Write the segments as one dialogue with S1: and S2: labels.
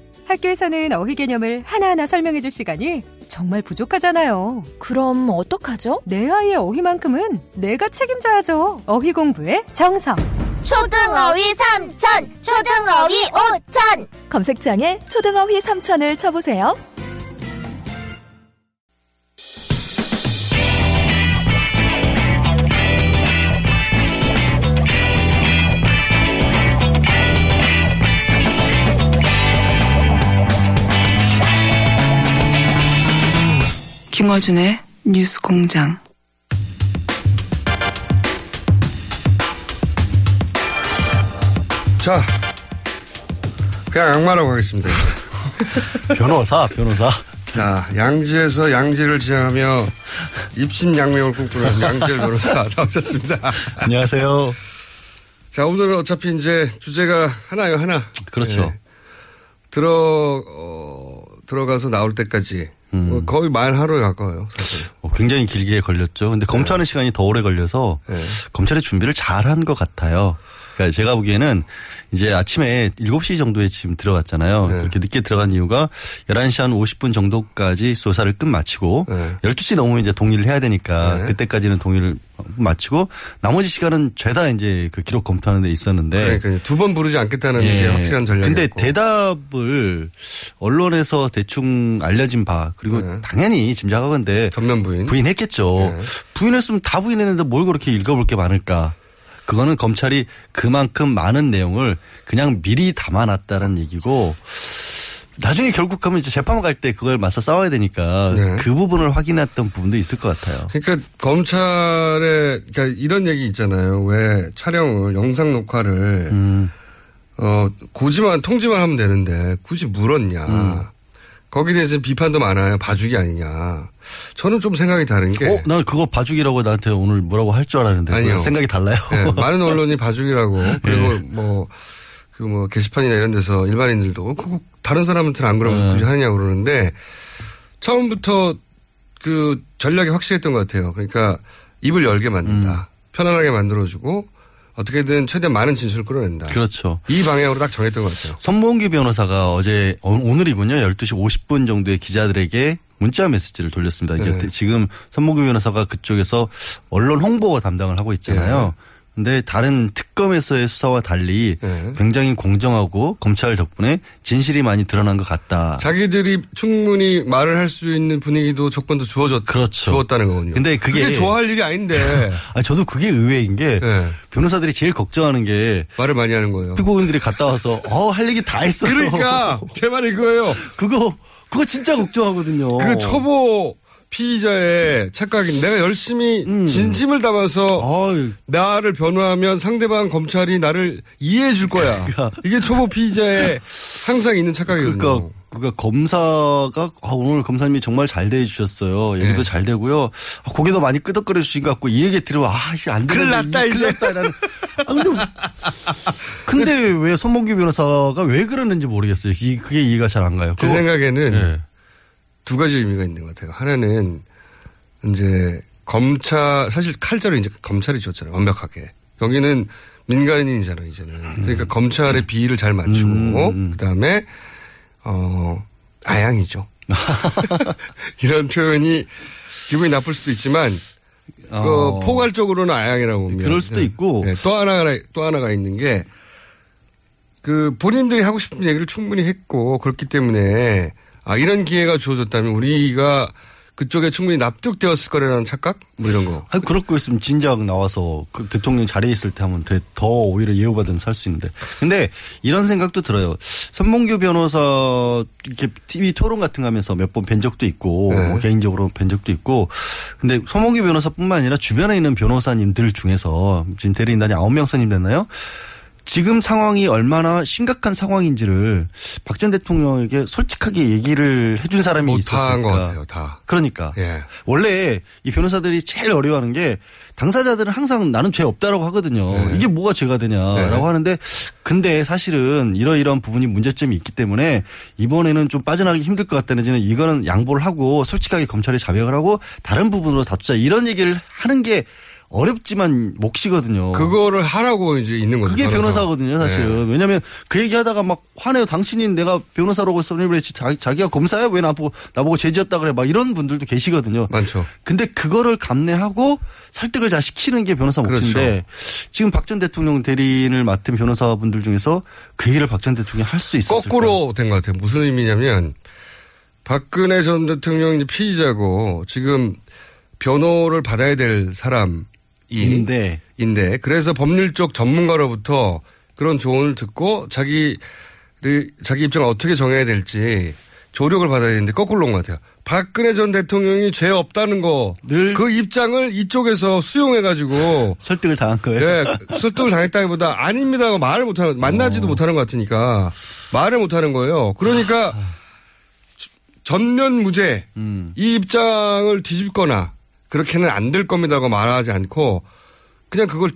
S1: 학교에서는 어휘 개념을 하나하나 설명해 줄 시간이 정말 부족하잖아요.
S2: 그럼 어떡하죠?
S1: 내 아이의 어휘만큼은 내가 책임져야죠. 어휘 공부의 정성.
S3: 초등어휘 3천 초등어휘 5천
S2: 검색창에 초등어휘 3천을 쳐보세요.
S4: 김어준의 뉴스 공장.
S5: 자, 그냥 양말하고 가겠습니다.
S6: 변호사, 변호사.
S5: 자, 양지에서 양지를 지향하며 입신양명을 꿈꾸는 양질 변호사 나오셨습니다.
S6: 안녕하세요.
S5: 자, 오늘은 어차피 이제 주제가 하나요, 하나.
S6: 그렇죠.
S5: 예. 들어, 어, 들어가서 나올 때까지
S6: 음.
S5: 뭐 거의 말 하루에 가까워요, 사실.
S7: 어, 굉장히 길게 걸렸죠. 근데
S5: 네.
S7: 검토하는 시간이 더 오래 걸려서 검찰의 준비를 잘 한 것 같아요. 그러니까 제가 보기에는 이제 아침에 7시 정도에 지금 들어갔잖아요.
S5: 네.
S7: 그렇게 늦게 들어간 이유가 11시 한 50분 정도까지 조사를 끝 마치고
S5: 네.
S7: 12시 넘으면 이제 동의를 해야 되니까
S5: 네.
S7: 그때까지는 동의를 마치고 나머지 시간은 죄다 이제 그 기록 검토하는 데
S6: 네.
S7: 있었는데 예.
S5: 그러니까 두 번 부르지 않겠다는
S6: 예.
S5: 게 확실한 전략이고.
S7: 근데 대답을 언론에서 대충 알려진 바 그리고
S5: 네.
S7: 당연히 짐작하건데
S5: 전면 부인.
S7: 부인했겠죠.
S5: 네.
S7: 부인했으면 다 부인했는데 뭘 그렇게 읽어볼 게 많을까? 그거는 검찰이 그만큼 많은 내용을 그냥 미리 담아놨다는 얘기고 나중에 결국 가면 이제 재판 갈 때 그걸 맞서 싸워야 되니까
S5: 네.
S7: 그 부분을 확인했던 부분도 있을 것 같아요.
S5: 그러니까 검찰의 그러니까 이런 얘기 있잖아요. 왜 촬영을 영상 녹화를 어 고지만 통지만 하면 되는데 굳이 물었냐. 거기에 대해서 비판도 많아요. 봐주기 아니냐. 저는 좀 생각이 다른 게
S7: 어, 난 그거 봐주기라고 나한테 오늘 뭐라고 할 줄 알았는데
S5: 아니요.
S7: 그거 생각이 달라요.
S5: 예, 많은 언론이 봐주기라고
S7: 예.
S5: 그리고 뭐. 그 뭐 게시판이나 이런 데서 일반인들도 그거 다른 사람한테는 안 그러면
S7: 예.
S5: 굳이 하느냐고 그러는데 처음부터 그 전략이 확실했던 것 같아요. 그러니까 입을 열게 만든다.
S7: 음.
S5: 편안하게 만들어주고 어떻게든 최대한 많은 진술을 끌어낸다.
S7: 그렇죠.
S5: 이 방향으로 딱 정했던 것 같아요.
S7: 선봉기 변호사가 어제 어, 오늘이군요. 12시 50분 정도에 기자들에게 문자 메시지를 돌렸습니다. 이게
S5: 네.
S7: 지금 선봉기 변호사가 그쪽에서 언론 홍보 담당을 하고 있잖아요. 근데 다른 특검에서의 수사와 달리
S5: 네.
S7: 굉장히 공정하고 검찰 덕분에 진실이 많이 드러난 것 같다.
S5: 자기들이 충분히 말을 할 수 있는 분위기도 조건도 주어졌,
S7: 그렇죠.
S5: 주었다는 거군요.
S7: 근데 그게-
S5: 좋아할 일이 아닌데
S7: 아, 저도 그게 의외인 게
S5: 네.
S7: 변호사들이 제일 걱정하는 게
S5: 말을 많이 하는 거예요.
S7: 피고인들이 갔다 와서 어, 할 얘기 다 했어요.
S5: 그러니까 제 말이 그거예요.
S7: 그거 그거 진짜 걱정하거든요.
S5: 그 초보 피의자의 착각인 내가 열심히
S7: 음.
S5: 진심을 담아서
S7: 아유,
S5: 나를 변호하면 상대방 검찰이 나를 이해해 줄 거야. 이게 초보 피의자의 항상 있는 착각이거든요.
S7: 그러니까 그러니까 검사가 아, 오늘 검사님이 정말 잘 대해주셨어요.
S5: 네.
S7: 얘기도 잘 되고요. 아, 고개도 많이 끄덕거려 주신 것 같고 이 얘기 들으면 아씨 안 되는데
S5: 큰일 났다,
S7: 이게
S5: 이제.
S7: 큰일 났다. 나는. 아, 근데, 근데 왜 손봉기 변호사가 왜 그러는지 모르겠어요. 이, 그게 이해가 잘 안 가요.
S5: 제
S7: 그거-
S5: 생각에는
S7: 예.
S5: 두 가지 의미가 있는 것 같아요. 하나는 이제 검찰 사실 칼자로 이제 검찰이 줬잖아요. 완벽하게 여기는 민간인이잖아요, 이제는. 그러니까 검찰의 비위를 잘 맞추고, 그 다음에, 어, 아양이죠. 이런 표현이 기분이 나쁠 수도 있지만, 그
S7: 어.
S5: 포괄적으로는 아양이라고 보면.
S7: 그럴 수도
S5: 예.
S7: 있고.
S5: 예, 또 하나가, 또 하나가 있는 게, 그 본인들이 하고 싶은 얘기를 충분히 했고, 그렇기 때문에, 아, 이런 기회가 주어졌다면 우리가 그쪽에 충분히 납득되었을 거라는 착각? 뭐 이런 거.
S7: 아, 그렇고 있으면 진작 나와서 그 대통령 자리에 있을 때 하면 더, 더 오히려 예우받으면 살 수 있는데. 근데 이런 생각도 들어요. 선봉규 변호사 이렇게 TV 토론 같은 거 하면서 몇 번 뵌 적도 있고
S5: 네.
S7: 뭐 개인적으로 뵌 적도 있고. 근데 선봉규 변호사뿐만 아니라 주변에 있는 변호사님들 중에서 지금 대리인단이 아홉 명 선임 됐나요? 지금 상황이 얼마나 심각한 상황인지를 박 전 대통령에게 솔직하게 얘기를 해준 사람이
S5: 뭐 다 한
S7: 있었을까?
S5: 것 같아요, 다.
S7: 그러니까
S5: 예.
S7: 원래 이 변호사들이 제일 어려워하는 게 당사자들은 항상 나는 죄 없다라고 하거든요.
S5: 네.
S7: 이게 뭐가 죄가 되냐라고
S5: 네.
S7: 하는데 근데 사실은 이러이러한 부분이 문제점이 있기 때문에 이번에는 좀 빠져나가기 힘들 것 같다는 지는 이거는 양보를 하고 솔직하게 검찰에 자백을 하고 다른 부분으로 다투자 이런 얘기를 하는 게 어렵지만 몫이거든요.
S5: 그거를 하라고 네, 이제 있는 거죠.
S7: 그게 변호사거든요, 사실은. 왜냐면 그 얘기하다가 막 화내요. 당신이 내가 변호사라고 선임을 했지 자, 자기가 검사야 왜 나보고 나보고 제지였다 그래 막 이런 분들도 계시거든요.
S5: 많죠.
S7: 근데 그거를 감내하고 설득을 잘 시키는 게 변호사
S5: 그렇죠.
S7: 몫인데 지금 박 전 대통령 대리인을 맡은 변호사분들 중에서 그 일을 박 전 대통령이 할 수 있었을까?
S5: 거꾸로 된 것 같아요. 무슨 의미냐면 박근혜 전 대통령 이제 피의자고 지금 변호를 받아야 될 사람이
S7: 인데
S5: 인데 그래서 법률적 전문가로부터 그런 조언을 듣고 자기 자기 입장을 어떻게 정해야 될지 조력을 받아야 되는데 거꾸로 온 것 같아요. 박근혜 전 대통령이 죄 없다는 거
S7: 늘-
S5: 그 입장을 이쪽에서 수용해 가지고
S7: 설득을 당한 거예요.
S5: 예, 설득을 당했다기보다 아닙니다고 말을 못하는,
S7: 어.
S5: 만나지도 못하는 것 같으니까 말을 못하는 거예요. 그러니까
S7: 아.
S5: 주- 전면 무죄
S7: 음.
S5: 이 입장을 뒤집거나 그렇게는 안 될 겁니다고 말하지 않고 그냥 그걸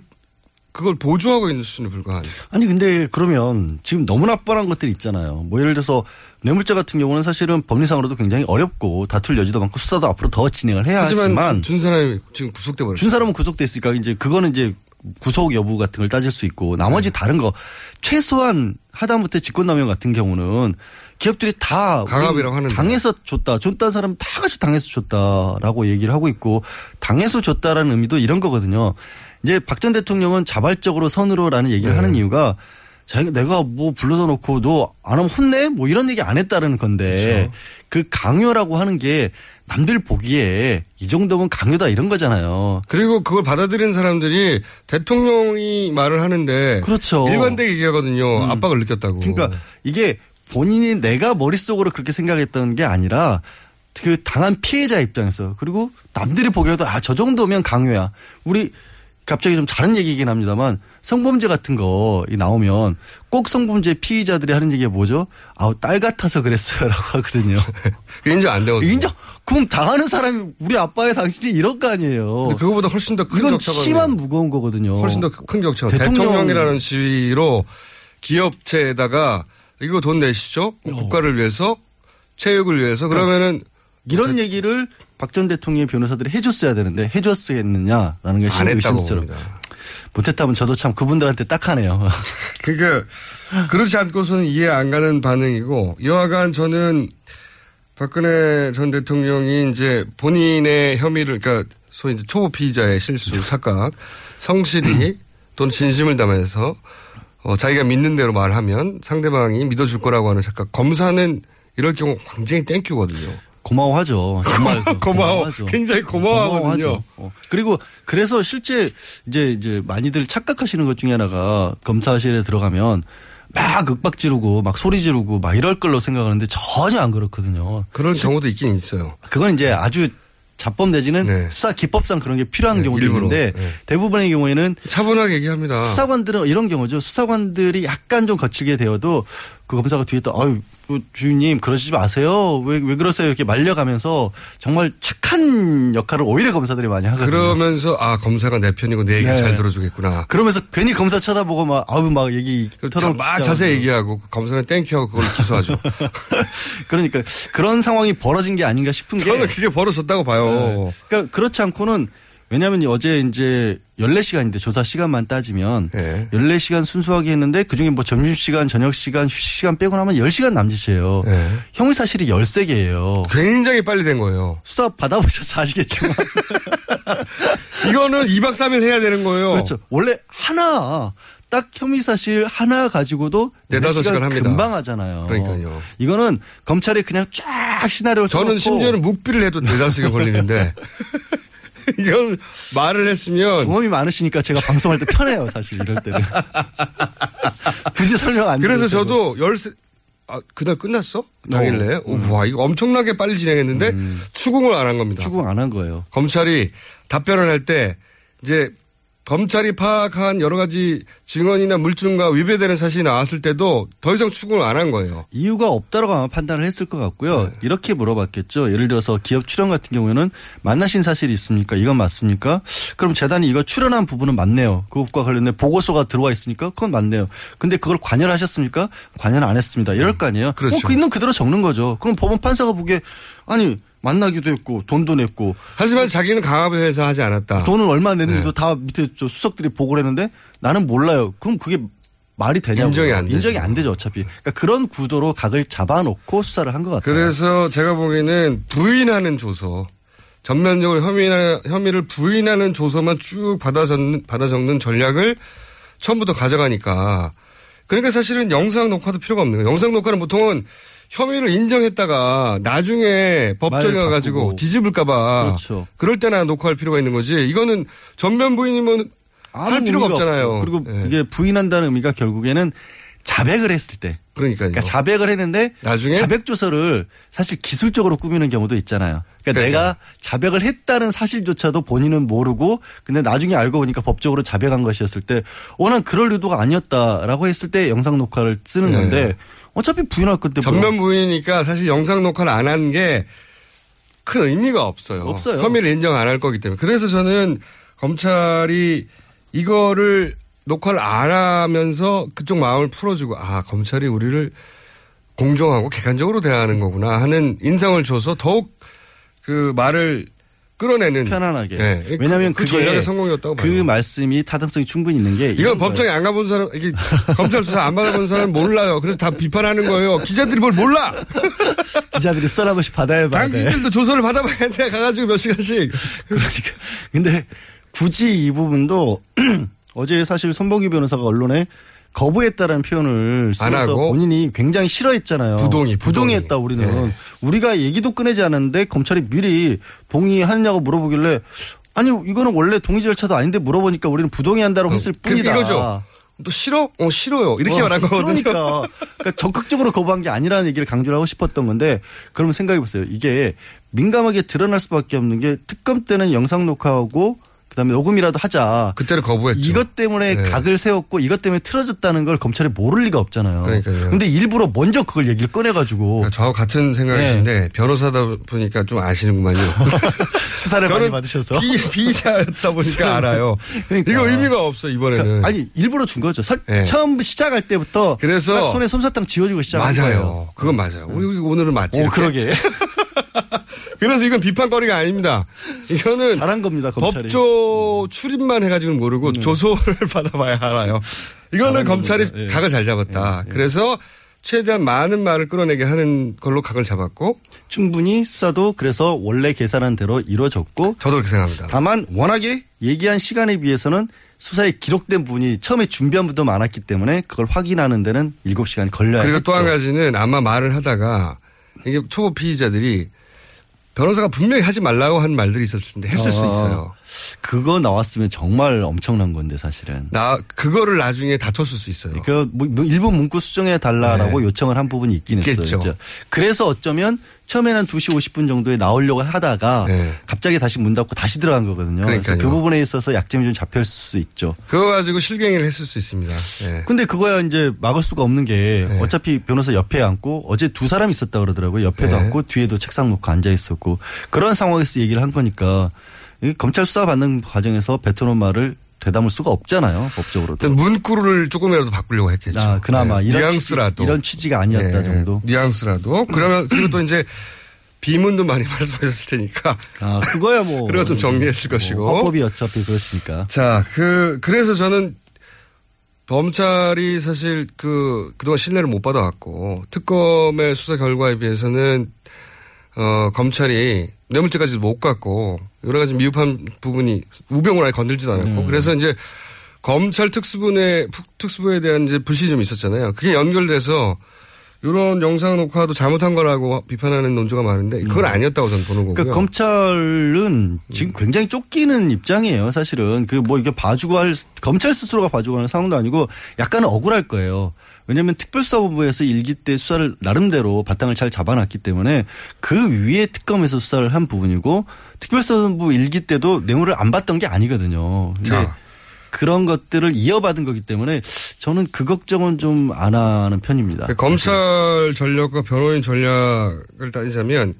S5: 그걸 보조하고 있는 수준에 불과한.
S7: 아니 근데 그러면 지금 너무나 뻔한 것들이 있잖아요. 뭐 예를 들어서 뇌물죄 같은 경우는 사실은 법리상으로도 굉장히 어렵고 다툴 여지도 많고 수사도 앞으로 더 진행을 해야
S5: 하지만 준,
S7: 하지만
S5: 준 사람이 지금 구속돼 버렸어요.
S7: 준 사람은 구속됐으니까 이제 그거는 이제 구속 여부 같은 걸 따질 수 있고 나머지
S5: 네.
S7: 다른 거 최소한 하다못해 직권남용 같은 경우는 기업들이 다
S5: 강압이라고
S7: 우리
S5: 하는데.
S7: 당에서 줬다 줬다는 사람 다 같이 당해서 줬다라고 얘기를 하고 있고 당해서 줬다라는 의미도 이런 거거든요. 이제 박 전 대통령은 자발적으로 선으로라는 얘기를
S5: 네.
S7: 하는 이유가 자기가 내가 뭐 불러다 놓고 너 안 하면 혼내 뭐 이런 얘기 안 했다는
S5: 그렇죠.
S7: 건데 그 강요라고 하는 게 남들 보기에 이 정도면 강요다 이런 거잖아요.
S5: 그리고 그걸 받아들인 사람들이 대통령이 말을 하는데
S7: 그렇죠. 음.
S5: 일관되게 얘기하거든요. 압박을 느꼈다고.
S7: 그러니까 이게 본인이 내가 머릿속으로 그렇게 생각했다는 게 아니라 그 당한 피해자 입장에서 그리고 남들이 보기에도 아 저 정도면 강요야. 우리 갑자기 좀 다른 얘기이긴 합니다만 성범죄 같은 거 이 나오면 꼭 성범죄 피의자들이 하는 얘기가 뭐죠? 아우 딸 같아서 그랬어요라고 하거든요.
S5: 그게 인정 안 되거든요.
S7: 인정. 그럼 당하는 사람이 우리 아빠의 당신이 이런 거 아니에요.
S5: 근데 그거보다 훨씬 더 큰
S7: 이건
S5: 격차가
S7: 심한
S5: 있네요.
S7: 무거운 거거든요.
S5: 훨씬 더 큰 격차.
S7: 어. 대통령-
S5: 대통령이라는 지위로 기업체에다가 이거 돈 내시죠?
S7: 어.
S5: 국가를 위해서, 체육을 위해서. 그러면은
S7: 이런 얘기를 박 전 대통령의 변호사들이 해줬어야 되는데 해줬겠느냐라는 게
S5: 안
S7: 심히
S5: 했다고
S7: 의심스러워.
S5: 봅니다.
S7: 못했다면 저도 참 그분들한테 딱하네요.
S5: 그러니까 그렇지 않고서는 이해 안 가는 반응이고 여하간 저는 박근혜 전 대통령이 이제 본인의 혐의를 그러니까 소위 이제 초보 피의자의 실수 착각 성실히 또는 진심을 담아서 어, 자기가 믿는 대로 말하면 상대방이 믿어줄 거라고 하는 착각 검사는 이럴 경우 굉장히 땡큐거든요.
S7: 고마워하죠. 정말 그-
S5: 고마워. 굉장히 고마워하거든요.
S7: 어. 그리고 그래서 실제 이제 이제 많이들 착각하시는 것 중에 하나가 검사실에 들어가면 막 윽박 지르고 막 소리 지르고 막 이럴 걸로 생각하는데 전혀 안 그렇거든요.
S5: 그런 경우도 있긴 있어요.
S7: 그건 이제 아주 자법 내지는
S5: 네.
S7: 수사 기법상 그런 게 필요한
S5: 네,
S7: 경우도
S5: 일부러.
S7: 있는데
S5: 네.
S7: 대부분의 경우에는
S5: 차분하게 얘기합니다.
S7: 수사관들은 이런 경우죠. 수사관들이 약간 좀 거칠게 되어도 그 검사가 뒤에 또 아유 뭐 주인님 그러시지 마세요. 왜 왜 그러세요? 이렇게 말려가면서 정말 착한 역할을 오히려 검사들이 많이 하거든요.
S5: 그러면서 아 검사가 내 편이고 내 얘기를
S7: 네.
S5: 잘 들어주겠구나.
S7: 그러면서 괜히 검사 쳐다보고 막 아우 막 얘기
S5: 자,
S7: 털어놓기
S5: 막
S7: 시작하고.
S5: 자세히 얘기하고 검사는 땡큐하고 그걸 기소하죠.
S7: 그러니까 그런 상황이 벌어진 게 아닌가 싶은 게 네.
S5: 저는 그게 벌어졌다고 봐요.
S7: 그러니까 그렇지 않고는 왜냐하면 어제 이제 14시간인데 조사 시간만 따지면
S5: 예.
S7: 14시간 순수하게 했는데 그중에 뭐 점심시간, 저녁시간, 휴식시간 빼고 나면 10시간 남짓이에요.
S5: 예.
S7: 형사실이 13개예요.
S5: 굉장히 빨리 된 거예요.
S7: 수사 받아보셔서 아시겠지만.
S5: 이거는 2박 3일 해야 되는 거예요.
S7: 그렇죠. 원래 하나 딱 혐의 사실 하나 가지고도
S5: 네다섯 시간
S7: 4시간
S5: 합니다.
S7: 금방 하잖아요.
S5: 그러니까요.
S7: 이거는 검찰이 그냥 쫙 시나리오
S5: 저는
S7: 써놓고
S5: 심지어는 묵비를 해도 네다수가 걸리는데 이건 말을 했으면
S7: 경험이 많으시니까 제가 방송할 때 편해요, 사실 이럴 때는. 굳이 설명 안.
S5: 그래서
S7: 드려도 되고.
S5: 저도 열세 아 그날 끝났어 당일래 오, 와 이거 엄청나게 빨리 진행했는데
S7: 음.
S5: 추궁을 안 한 겁니다.
S7: 추궁 안 한 거예요.
S5: 검찰이 답변을 할 때 이제 검찰이 파악한 여러 가지 증언이나 물증과 위배되는 사실이 나왔을 때도 더 이상 추궁을 안 한 거예요.
S7: 이유가 없다라고 아마 판단을 했을 것
S5: 네.
S7: 같고요. 이렇게 물어봤겠죠. 예를 들어서 기업 출연 같은 경우에는 만나신 사실이 있습니까? 이건 맞습니까? 그럼 재단이 이거 출연한 부분은 맞네요. 그것과 관련된 보고서가 들어와 있으니까 그건 맞네요. 근데 그걸 관여를 하셨습니까? 관여는 안 했습니다. 이럴 거 아니에요.
S5: 그렇죠.
S7: 어, 그 있는 그대로 적는 거죠. 그럼 법원 판사가 보기에 아니 만나기도 했고 돈도 냈고
S5: 하지만 자기는 강압회사 하지 않았다.
S7: 돈은 얼마 냈는지도
S5: 네.
S7: 다 밑에 저 수석들이 보고를 했는데 나는 몰라요. 그럼 그게 말이 되냐고.
S5: 인정이 안 되죠.
S7: 인정이 안 되죠, 어차피. 그러니까 그런 구도로 각을 잡아놓고 수사를 한 것 같아요.
S5: 그래서 제가 보기에는 부인하는 조서 전면적으로 혐의나, 혐의를 부인하는 조서만 쭉 받아 적는, 받아 적는 전략을 처음부터 가져가니까 그러니까 사실은 영상 녹화도 필요가 없는 거예요. 영상 녹화는 보통은 혐의를 인정했다가 나중에 법정에
S7: 말
S5: 가가지고
S7: 바꾸고.
S5: 뒤집을까봐
S7: 그렇죠.
S5: 그럴 때나 녹화할 필요가 있는 거지 이거는 전면 부인이면
S7: 아무
S5: 할 필요가
S7: 의미가
S5: 없잖아요.
S7: 없죠. 그리고
S5: 예.
S7: 이게 부인한다는 의미가 결국에는 자백을 했을 때.
S5: 그러니까요.
S7: 그러니까 자백을 했는데
S5: 나중에?
S7: 자백 조서를 사실 기술적으로 꾸미는 경우도 있잖아요. 그러니까
S5: 그러니까요.
S7: 내가 자백을 했다는 사실조차도 본인은 모르고 근데 나중에 알고 보니까 법적으로 자백한 것이었을 때 어, 난 그럴 의도가 아니었다라고 했을 때 영상 녹화를 쓰는
S5: 네.
S7: 건데 어차피 부인할 건데 뭐
S5: 그 전면 부인이니까 사실 영상 녹화를 안 한 게 큰 의미가 없어요.
S7: 없어요.
S5: 혐의를 인정 안 할 거기 때문에. 그래서 저는 검찰이 이거를 녹화를 안 하면서 그쪽 마음을 풀어주고 아 검찰이 우리를 공정하고 객관적으로 대하는 거구나 하는 인상을 줘서 더욱 그 말을 끌어내는
S7: 편안하게.
S5: 예.
S7: 왜냐하면
S5: 그
S7: 그게
S5: 전략의 성공이었다고
S7: 그
S5: 봐요.
S7: 말씀이 타당성이 충분히 있는 게
S5: 이건
S7: 이런
S5: 법정에 안 가본 사람, 이게 검찰 수사 안 받아본 사람은 몰라요. 그래서 다 비판하는 거예요. 기자들이 뭘 몰라!
S7: 거예요. 기자들이 써라보시 받아야 받아.
S5: 당신들도 조사를 받아봐야 돼. 가가지고 몇 시간씩.
S7: 그러니까. 근데 굳이 이 부분도 어제 사실 손범기 변호사가 언론에 거부했다라는 표현을
S5: 안
S7: 쓰면서
S5: 하고.
S7: 본인이 굉장히 싫어했잖아요.
S5: 부동의, 부동의.
S7: 했다 우리는
S5: 예.
S7: 우리가 얘기도 꺼내지 않았는데 검찰이 미리 동의하느냐고 물어보길래 아니 이거는 원래 동의 절차도 아닌데 물어보니까 우리는 부동의한다라고 했을
S5: 그
S7: 뿐이다.
S5: 이거죠. 또 싫어? 어, 싫어요. 이렇게
S7: 어,
S5: 말한 거거든요.
S7: 그러니까. 그러니까 적극적으로 거부한 게 아니라는 얘기를 강조를 하고 싶었던 건데 그럼 생각해 보세요. 이게 민감하게 드러날 수밖에 없는 게 특검 때는 영상 녹화하고 그다음에 녹음이라도 하자.
S5: 그때를 거부했죠.
S7: 이것 때문에
S5: 네.
S7: 각을 세웠고 이것 때문에 틀어졌다는 걸 검찰이 모를 리가 없잖아요.
S5: 그러니까요.
S7: 근데 일부러 먼저 그걸 얘기를 꺼내 가지고
S5: 그러니까 저하고 같은 생각이신데 변호사다 보니까 좀 아시는구만요.
S7: 수사를 네. 많이
S5: 저는
S7: 받으셔서
S5: 비, 비자였다 보니까 알아요.
S7: 그러니까.
S5: 이거 의미가 없어 이번에는.
S7: 그러니까 아니 일부러 준 거죠. 설-
S5: 네.
S7: 처음 시작할 때부터
S5: 그래서
S7: 딱 손에 솜사탕 쥐어주고 시작한 거예요.
S5: 맞아요. 그건 맞아요. 우리 오늘은 맞지.
S7: 오
S5: 이렇게.
S7: 그러게
S5: 그래서 이건 비판거리가 아닙니다. 이거는
S7: 잘한 겁니다 검찰이. 음.
S5: 법조 출입만 해가지고는 모르고 조소를 받아봐야 알아요. 이거는 검찰이
S7: 겁니다. 예.
S5: 각을 잘 잡았다. 그래서 최대한 많은 말을 끌어내게 하는 걸로 각을 잡았고
S7: 충분히 수사도 그래서 원래 계산한 대로 이루어졌고
S5: 저도 그렇게 생각합니다.
S7: 다만 워낙에 얘기한 시간에 비해서는 수사에 기록된 분이 처음에 준비한 분도 많았기 때문에 그걸 확인하는 데는 7시간이 걸려야
S5: 그리고
S7: 했죠.
S5: 또 한 가지는 아마 말을 하다가 이게 초보 피의자들이 변호사가 분명히 하지 말라고 한 말들이 있었을 텐데 했을 수
S7: 아.
S5: 있어요.
S7: 그거 나왔으면 정말 엄청난 건데 사실은.
S5: 나 그거를 나중에 다퉜을 수 있어요.
S7: 그 뭐, 뭐 일부 문구 수정해 달라라고 요청을 한 부분이 있긴
S5: 네. 있겠죠.
S7: 했어요. 진짜. 그래서 어쩌면 처음에는 한 2시 50분 정도에 나오려고 하다가
S5: 네.
S7: 갑자기 다시 문 닫고 다시 들어간 거거든요.
S5: 그러니까요.
S7: 그래서 그 부분에 있어서 약점이 좀 잡힐 수 있죠.
S5: 그거 가지고 실갱이를 했을 수 있습니다. 예.
S7: 근데 그거야 이제 막을 수가 없는 게
S5: 네.
S7: 어차피 변호사 옆에 앉고 어제 두 사람 있었다 그러더라고요. 옆에도
S5: 네.
S7: 앉고 뒤에도 책상 놓고 앉아 있었고 그런 상황에서 얘기를 한 거니까 이 검찰 수사 받는 과정에서 뱉어놓은 말을 되담을 수가 없잖아요. 법적으로도.
S5: 일단 문구를 조금이라도 바꾸려고 했겠죠.
S7: 아, 그나마
S5: 예.
S7: 이런
S5: 뉘앙스라도
S7: 취지, 이런 취지가 아니었다
S5: 예,
S7: 정도.
S5: 뉘앙스라도 그러면 그리고 또 이제 비문도 많이 말씀하셨을 테니까.
S7: 아, 그거야 뭐.
S5: 그리고 좀 정리했을
S7: 뭐,
S5: 것이고.
S7: 화법이 어차피 그렇으니까.
S5: 자, 그, 그래서 저는 검찰이 사실 그, 그동안 신뢰를 못 받아왔고, 특검의 수사 결과에 비해서는, 어, 검찰이 뇌물죄까지도 못 갔고, 여러 가지 미흡한 부분이 우병을 아예 건들지도 않았고,
S7: 네.
S5: 그래서 이제 검찰 특수부의, 특수부에 대한 이제 불신이 좀 있었잖아요. 그게 연결돼서, 이런 영상 녹화도 잘못한 거라고 비판하는 논조가 많은데, 그건 아니었다고 저는 보는 거고요.
S7: 네.
S5: 음.
S7: 그러니까 검찰은 지금 굉장히 쫓기는 입장이에요. 사실은 그 뭐 이게 봐주고 할 검찰 스스로가 봐주고 하는 상황도 아니고 약간 억울할 거예요. 왜냐하면 특별수사본부에서 일기 때 수사를 나름대로 바탕을 잘 잡아놨기 때문에 그 위에 특검에서 수사를 한 부분이고 특별수사본부 일기 때도 뇌물을 안 받던 게 아니거든요. 근데
S5: 자.
S7: 그런 것들을 이어받은 거기 때문에 저는 그 걱정은 좀 안 하는 편입니다.
S5: 그 검찰 전략과 변호인 전략을 따지자면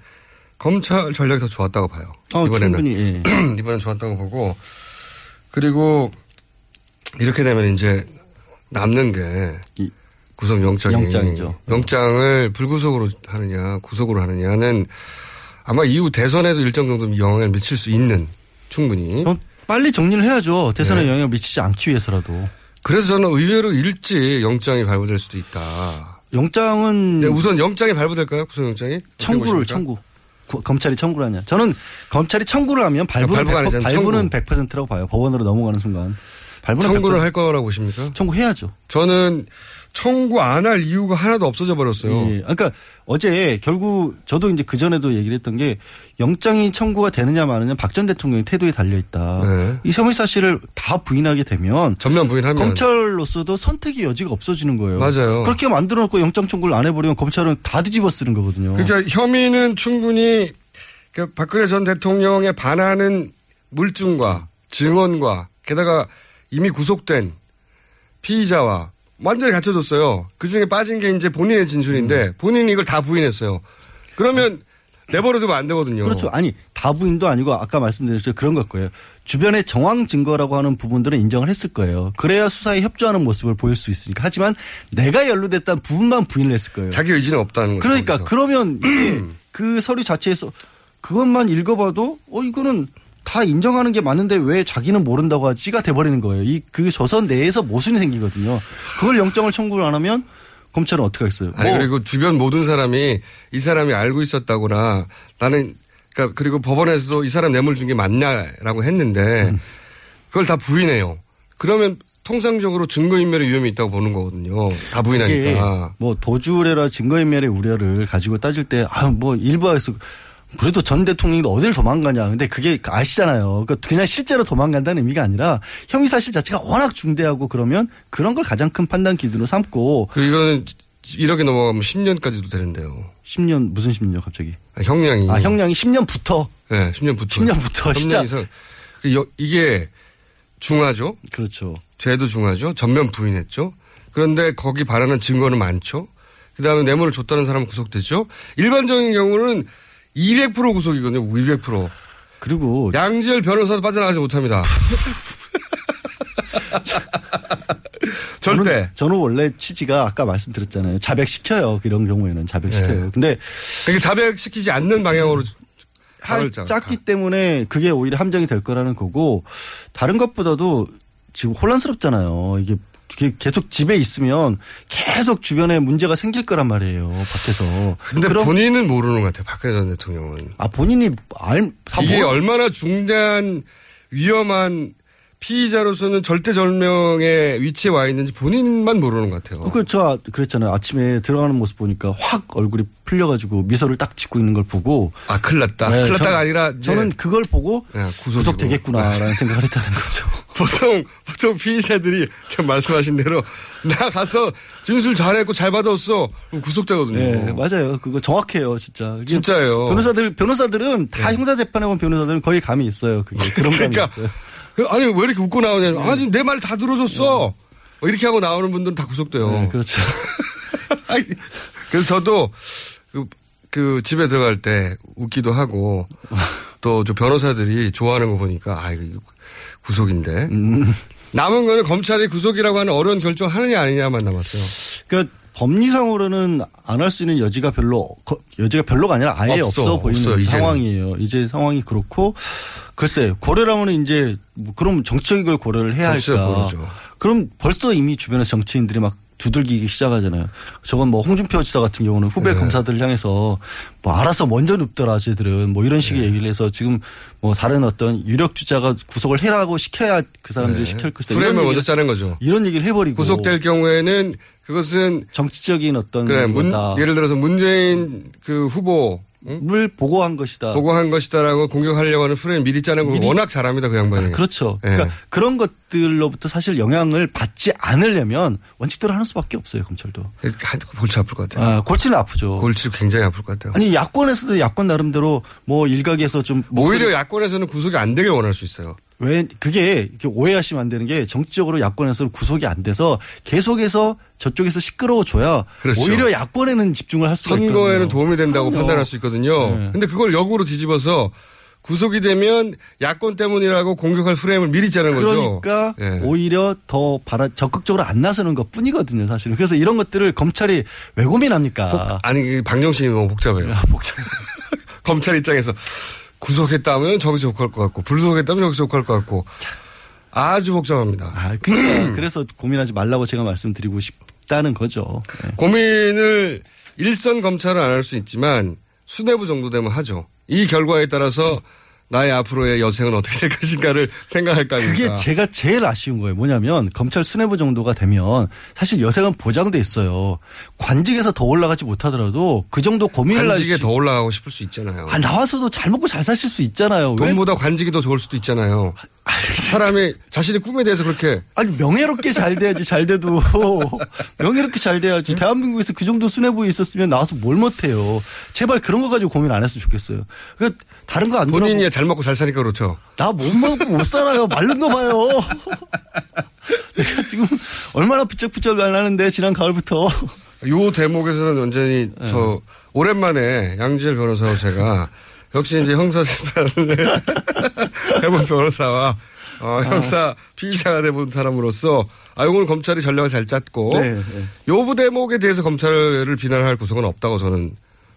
S5: 검찰 전략이 더 좋았다고 봐요.
S7: 어,
S5: 이번에는
S7: 충분히 예.
S5: 이번엔 좋았다고 보고 그리고 이렇게 되면 이제 남는 게
S7: 이-
S5: 구속 영장이
S7: 영장이죠.
S5: 영장을 불구속으로 하느냐 구속으로 하느냐는 아마 이후 대선에도 일정 정도 영향을 미칠 수 있는 충분히
S7: 그럼 빨리 정리를 해야죠. 대선에
S5: 네.
S7: 영향을 미치지 않기 위해서라도.
S5: 그래서 저는 의외로 일찍 영장이 발부될 수도 있다.
S7: 영장은
S5: 근데 네, 우선 영장이 발부될까요? 구속 영장이
S7: 음. 청구를
S5: 어떻게 보십니까?
S7: 청구. 구- 검찰이 청구를 하냐. 저는 검찰이 청구를 하면 발부는,
S5: 발부가
S7: 100%,
S5: 아니잖아요.
S7: 발부는 100%라고 봐요. 법원으로 넘어가는 순간. 발부는
S5: 청구를
S7: 100%.
S5: 할 거라고 보십니까?
S7: 청구해야죠.
S5: 저는 청구 안 할 이유가 하나도 없어져 버렸어요.
S7: 예. 그러니까 어제 결국 저도 이제 그 전에도 얘기를 했던 게 영장이 청구가 되느냐 마느냐 박 전 대통령의 태도에 달려 있다.
S5: 네.
S7: 이 혐의 사실을 다 부인하게 되면
S5: 전면 부인하면
S7: 검찰로서도 선택의 여지가 없어지는 거예요.
S5: 맞아요.
S7: 그렇게 만들어 놓고 영장 청구를 안 해버리면 검찰은 다 뒤집어 쓰는 거거든요.
S5: 그러니까 혐의는 충분히 그러니까 박근혜 전 대통령에 반하는 물증과 증언과 게다가 이미 구속된 피의자와 완전히 갖춰졌어요. 그 중에 빠진 게 이제 본인의
S7: 음.
S5: 진술인데 본인이 이걸 다 부인했어요. 그러면 내버려두면 안 되거든요.
S7: 아, 그렇죠. 아니 다부인도 아니고 아까 말씀드렸죠 그런 걸 거예요. 주변의 정황 증거라고 하는 부분들은 인정을 했을 거예요. 그래야 수사에 협조하는 모습을 보일 수 있으니까. 하지만 내가 연루됐다는 부분만 부인을 했을 거예요.
S5: 자기 의지는 없다는 거죠.
S7: 그러니까
S5: 거기서. 음.
S7: 그러면 이게 그 서류 자체에서 그것만 읽어봐도 어 이거는 다 인정하는 게 맞는데 왜 자기는 모른다고 하지가 돼버리는 거예요. 이 그 조선 내에서 모순이 생기거든요. 그걸 영장을 청구를 안 하면 검찰은 어떻게 하겠어요?
S5: 아니
S7: 뭐
S5: 그리고 주변 모든 사람이 이 사람이 알고 있었다거나 나는 그러니까 그리고 법원에서도 이 사람 뇌물 준 게 맞냐라고 했는데
S7: 음.
S5: 그걸 다 부인해요. 그러면 통상적으로 증거인멸의 위험이 있다고 보는 거거든요. 다
S7: 이게
S5: 부인하니까.
S7: 뭐 도주래라 증거인멸의 우려를 가지고 따질 때 아 뭐 일부에서 그래도 전 대통령이 어딜 도망가냐 근데 그게 아시잖아요. 그러니까 그냥 실제로 도망간다는 의미가 아니라 혐의 사실 자체가 워낙 중대하고 그러면 그런 걸 가장 큰 판단 기준으로 삼고
S5: 그리고 이거는 이렇게 넘어가면 10년까지도 되는데요.
S7: 10년 무슨 10년 갑자기
S5: 아, 형량이.
S7: 아 형량이 10년부터
S5: 네, 10년부터. 그
S7: 10년부터 시작.
S5: 이게 중하죠.
S7: 그렇죠.
S5: 죄도 중하죠. 전면 부인했죠. 그런데 거기 바라는 증거는 많죠. 그다음에 뇌물을 줬다는 사람은 구속됐죠. 일반적인 경우는 200% 구속이거든요. 200%.
S7: 그리고
S5: 양지열 변호사도 빠져나가지 못합니다. 절대.
S7: 저는, 저는 원래 취지가 아까 말씀드렸잖아요. 자백시켜요. 이런 경우에는 자백시켜요. 근데
S5: 그러니까 자백시키지 않는 방향으로
S7: 하-
S5: 가을 짜-
S7: 짰기 때문에 그게 오히려 함정이 될 거라는 거고 다른 것보다도 지금 혼란스럽잖아요. 이게 이게 계속 집에 있으면 계속 주변에 문제가 생길 거란 말이에요. 밖에서.
S5: 근데
S7: 그럼-
S5: 본인은 모르는 것 같아요. 박근혜 전 대통령은.
S7: 아 본인이 알, 다
S5: 이게
S7: 뭐-
S5: 얼마나 중대한 위험한 피의자로서는 절대절명의 위치에 와 있는지 본인만 모르는 것 같아요.
S7: 그, 저, 그랬잖아요. 아침에 들어가는 모습 보니까 확 얼굴이 풀려가지고 미소를 딱 짓고 있는 걸 보고.
S5: 아, 큰일 났다.
S7: 네,
S5: 큰일
S7: 전-
S5: 났다가 아니라 이제
S7: 저는 그걸 보고
S5: 네, 구속이고. 네.
S7: 구속되겠구나라는 생각을 했다는 거죠.
S5: 보통, 보통 피의자들이 참 말씀하신 대로 나 가서 진술 잘했고 잘 받았어. 그럼 구속되거든요.
S7: 네, 맞아요. 그거 정확해요, 진짜. 이게
S5: 진짜예요. 네.
S7: 변호사들, 변호사들은 다 형사재판에 온 변호사들은 거의 감이 있어요. 그게. 그런
S5: 그러니까,
S7: 감이 있어요.
S5: 그, 아니, 왜 이렇게 웃고 나오냐. 아니, 내 말 다 들어줬어. 뭐 이렇게 하고 나오는 분들은 다 구속돼요.
S7: 네, 그렇죠.
S5: 아니, 그래서 저도 그, 그 집에 들어갈 때 웃기도 하고 또 저 변호사들이 좋아하는 거 보니까 아 이거 구속인데 음. 남은 거는 검찰이 구속이라고 하는 어려운 결정 하느냐 아니냐만 남았어요.
S7: 그러니까 법리상으로는 안 할 수 있는 여지가 별로 거- 여지가 별로가 아니라 아예
S5: 없어,
S7: 없어, 보이는
S5: 없어요, 이제는.
S7: 상황이에요. 이제 상황이 그렇고 글쎄 고려라면 이제 뭐 그럼 정치적인 걸 고려를 해야
S5: 정치적
S7: 할까?
S5: 고려죠.
S7: 그럼 벌써 이미 주변에서 정치인들이 막 두들기기 시작하잖아요. 저건 뭐 홍준표 지사 같은 경우는 후배
S5: 네.
S7: 검사들 향해서 뭐 알아서 먼저 눕더라 쟤들은 뭐
S5: 네.
S7: 이런 식의 얘기를 해서 지금 뭐 다른 어떤 유력 주자가 구속을 해라고 시켜야 그 사람들이 시킬 것이다. 이런
S5: 프레임을 네. 먼저
S7: 얘기를-
S5: 짜는 거죠.
S7: 이런 얘기를 해버리고
S5: 구속될 경우에는 그것은
S7: 정치적인 어떤
S5: 그래 문,
S7: 거다. 음.
S5: 예를 들어서 문재인 그 후보 응?
S7: 물 보고한 것이다.
S5: 보고한 것이다라고 공격하려고 하는 프레임 미리 짜는 거 워낙 잘합니다 그 양반이.
S7: 그렇죠.
S5: 예.
S7: 그러니까 그런 것들로부터 사실 영향을 받지 않으려면 원칙대로 하는 수밖에 없어요 검찰도.
S5: 하- 골치 아플 것 같아요.
S7: 아, 골치는 아프죠.
S5: 골치 굉장히 아플 것 같아요.
S7: 아니 야권에서도 야권 나름대로 뭐 일각에서 좀
S5: 오히려 야권에서는 구속이 안 되길 원할 수 있어요.
S7: 왜 그게 이렇게 오해하시면 안 되는 게 정치적으로 야권에서 구속이 안 돼서 계속해서 저쪽에서 시끄러워져야
S5: 그렇죠.
S7: 오히려 야권에는 집중을 할 수가
S5: 선거에는
S7: 있거든요.
S5: 도움이 된다고
S7: 그럼요. 네.
S5: 판단할 수 있거든요. 근데 그걸 역으로 뒤집어서 구속이 되면 야권 때문이라고 공격할 프레임을 미리 짜는 거죠.
S7: 그러니까
S5: 예.
S7: 오히려 더 받아 적극적으로 안 나서는 것 뿐이거든요, 사실은. 그래서 이런 것들을 검찰이 왜 고민합니까?
S5: 아니 방정식이 너무 복잡해요. 검찰 입장에서 구속했다면 저기서 욕할 것 같고 불속했다면 여기서 욕할 것 같고 아주 복잡합니다.
S7: 아, 그러니까 그래서 고민하지 말라고 제가 말씀드리고 싶다는 거죠. 예.
S5: 고민을 일선 검찰은 안 할 수 있지만 수뇌부 정도 되면 하죠. 이 결과에 따라서 나의 앞으로의 여생은 어떻게 될 것인가를 생각할 거 아닙니까?
S7: 그게 제가 제일 아쉬운 거예요. 뭐냐면 검찰 수뇌부 정도가 되면 사실 여생은 보장돼 있어요. 관직에서 더 올라가지 못하더라도 그 정도 고민을
S5: 관직에
S7: 하지-
S5: 더 올라가고 싶을 수 있잖아요.
S7: 아, 나와서도 잘 먹고 잘 사실 수 있잖아요. 왜
S5: 돈보다 관직이 더 좋을 수도 있잖아요. 사람이 자신의 꿈에 대해서 그렇게
S7: 아니 명예롭게 잘 돼야지 잘 돼도 명예롭게 잘 돼야지 대한민국에서 그 정도 수뇌부에 있었으면 나와서 뭘 못해요 제발 그런 거 가지고 고민 안 했으면 좋겠어요 그러니까 다른 거 안
S5: 본인이 잘 먹고 잘 사니까 그렇죠.
S7: 나못 먹고 못 살아요 말른 거 봐요 내가 지금 얼마나 부쩍부쩍 날라는데 지난 가을부터
S5: 요 대목에서는 완전히
S7: 네.
S5: 저 오랜만에 양지열 변호사와 제가 역시 이제 형사 재판을 해본 변호사와
S7: 아.
S5: 어, 형사 피의자가 돼본 사람으로서 아 이건 검찰이 전략을 잘 짰고
S7: 네, 네.
S5: 요부 대목에 대해서 검찰을 비난할 구속은 없다고 저는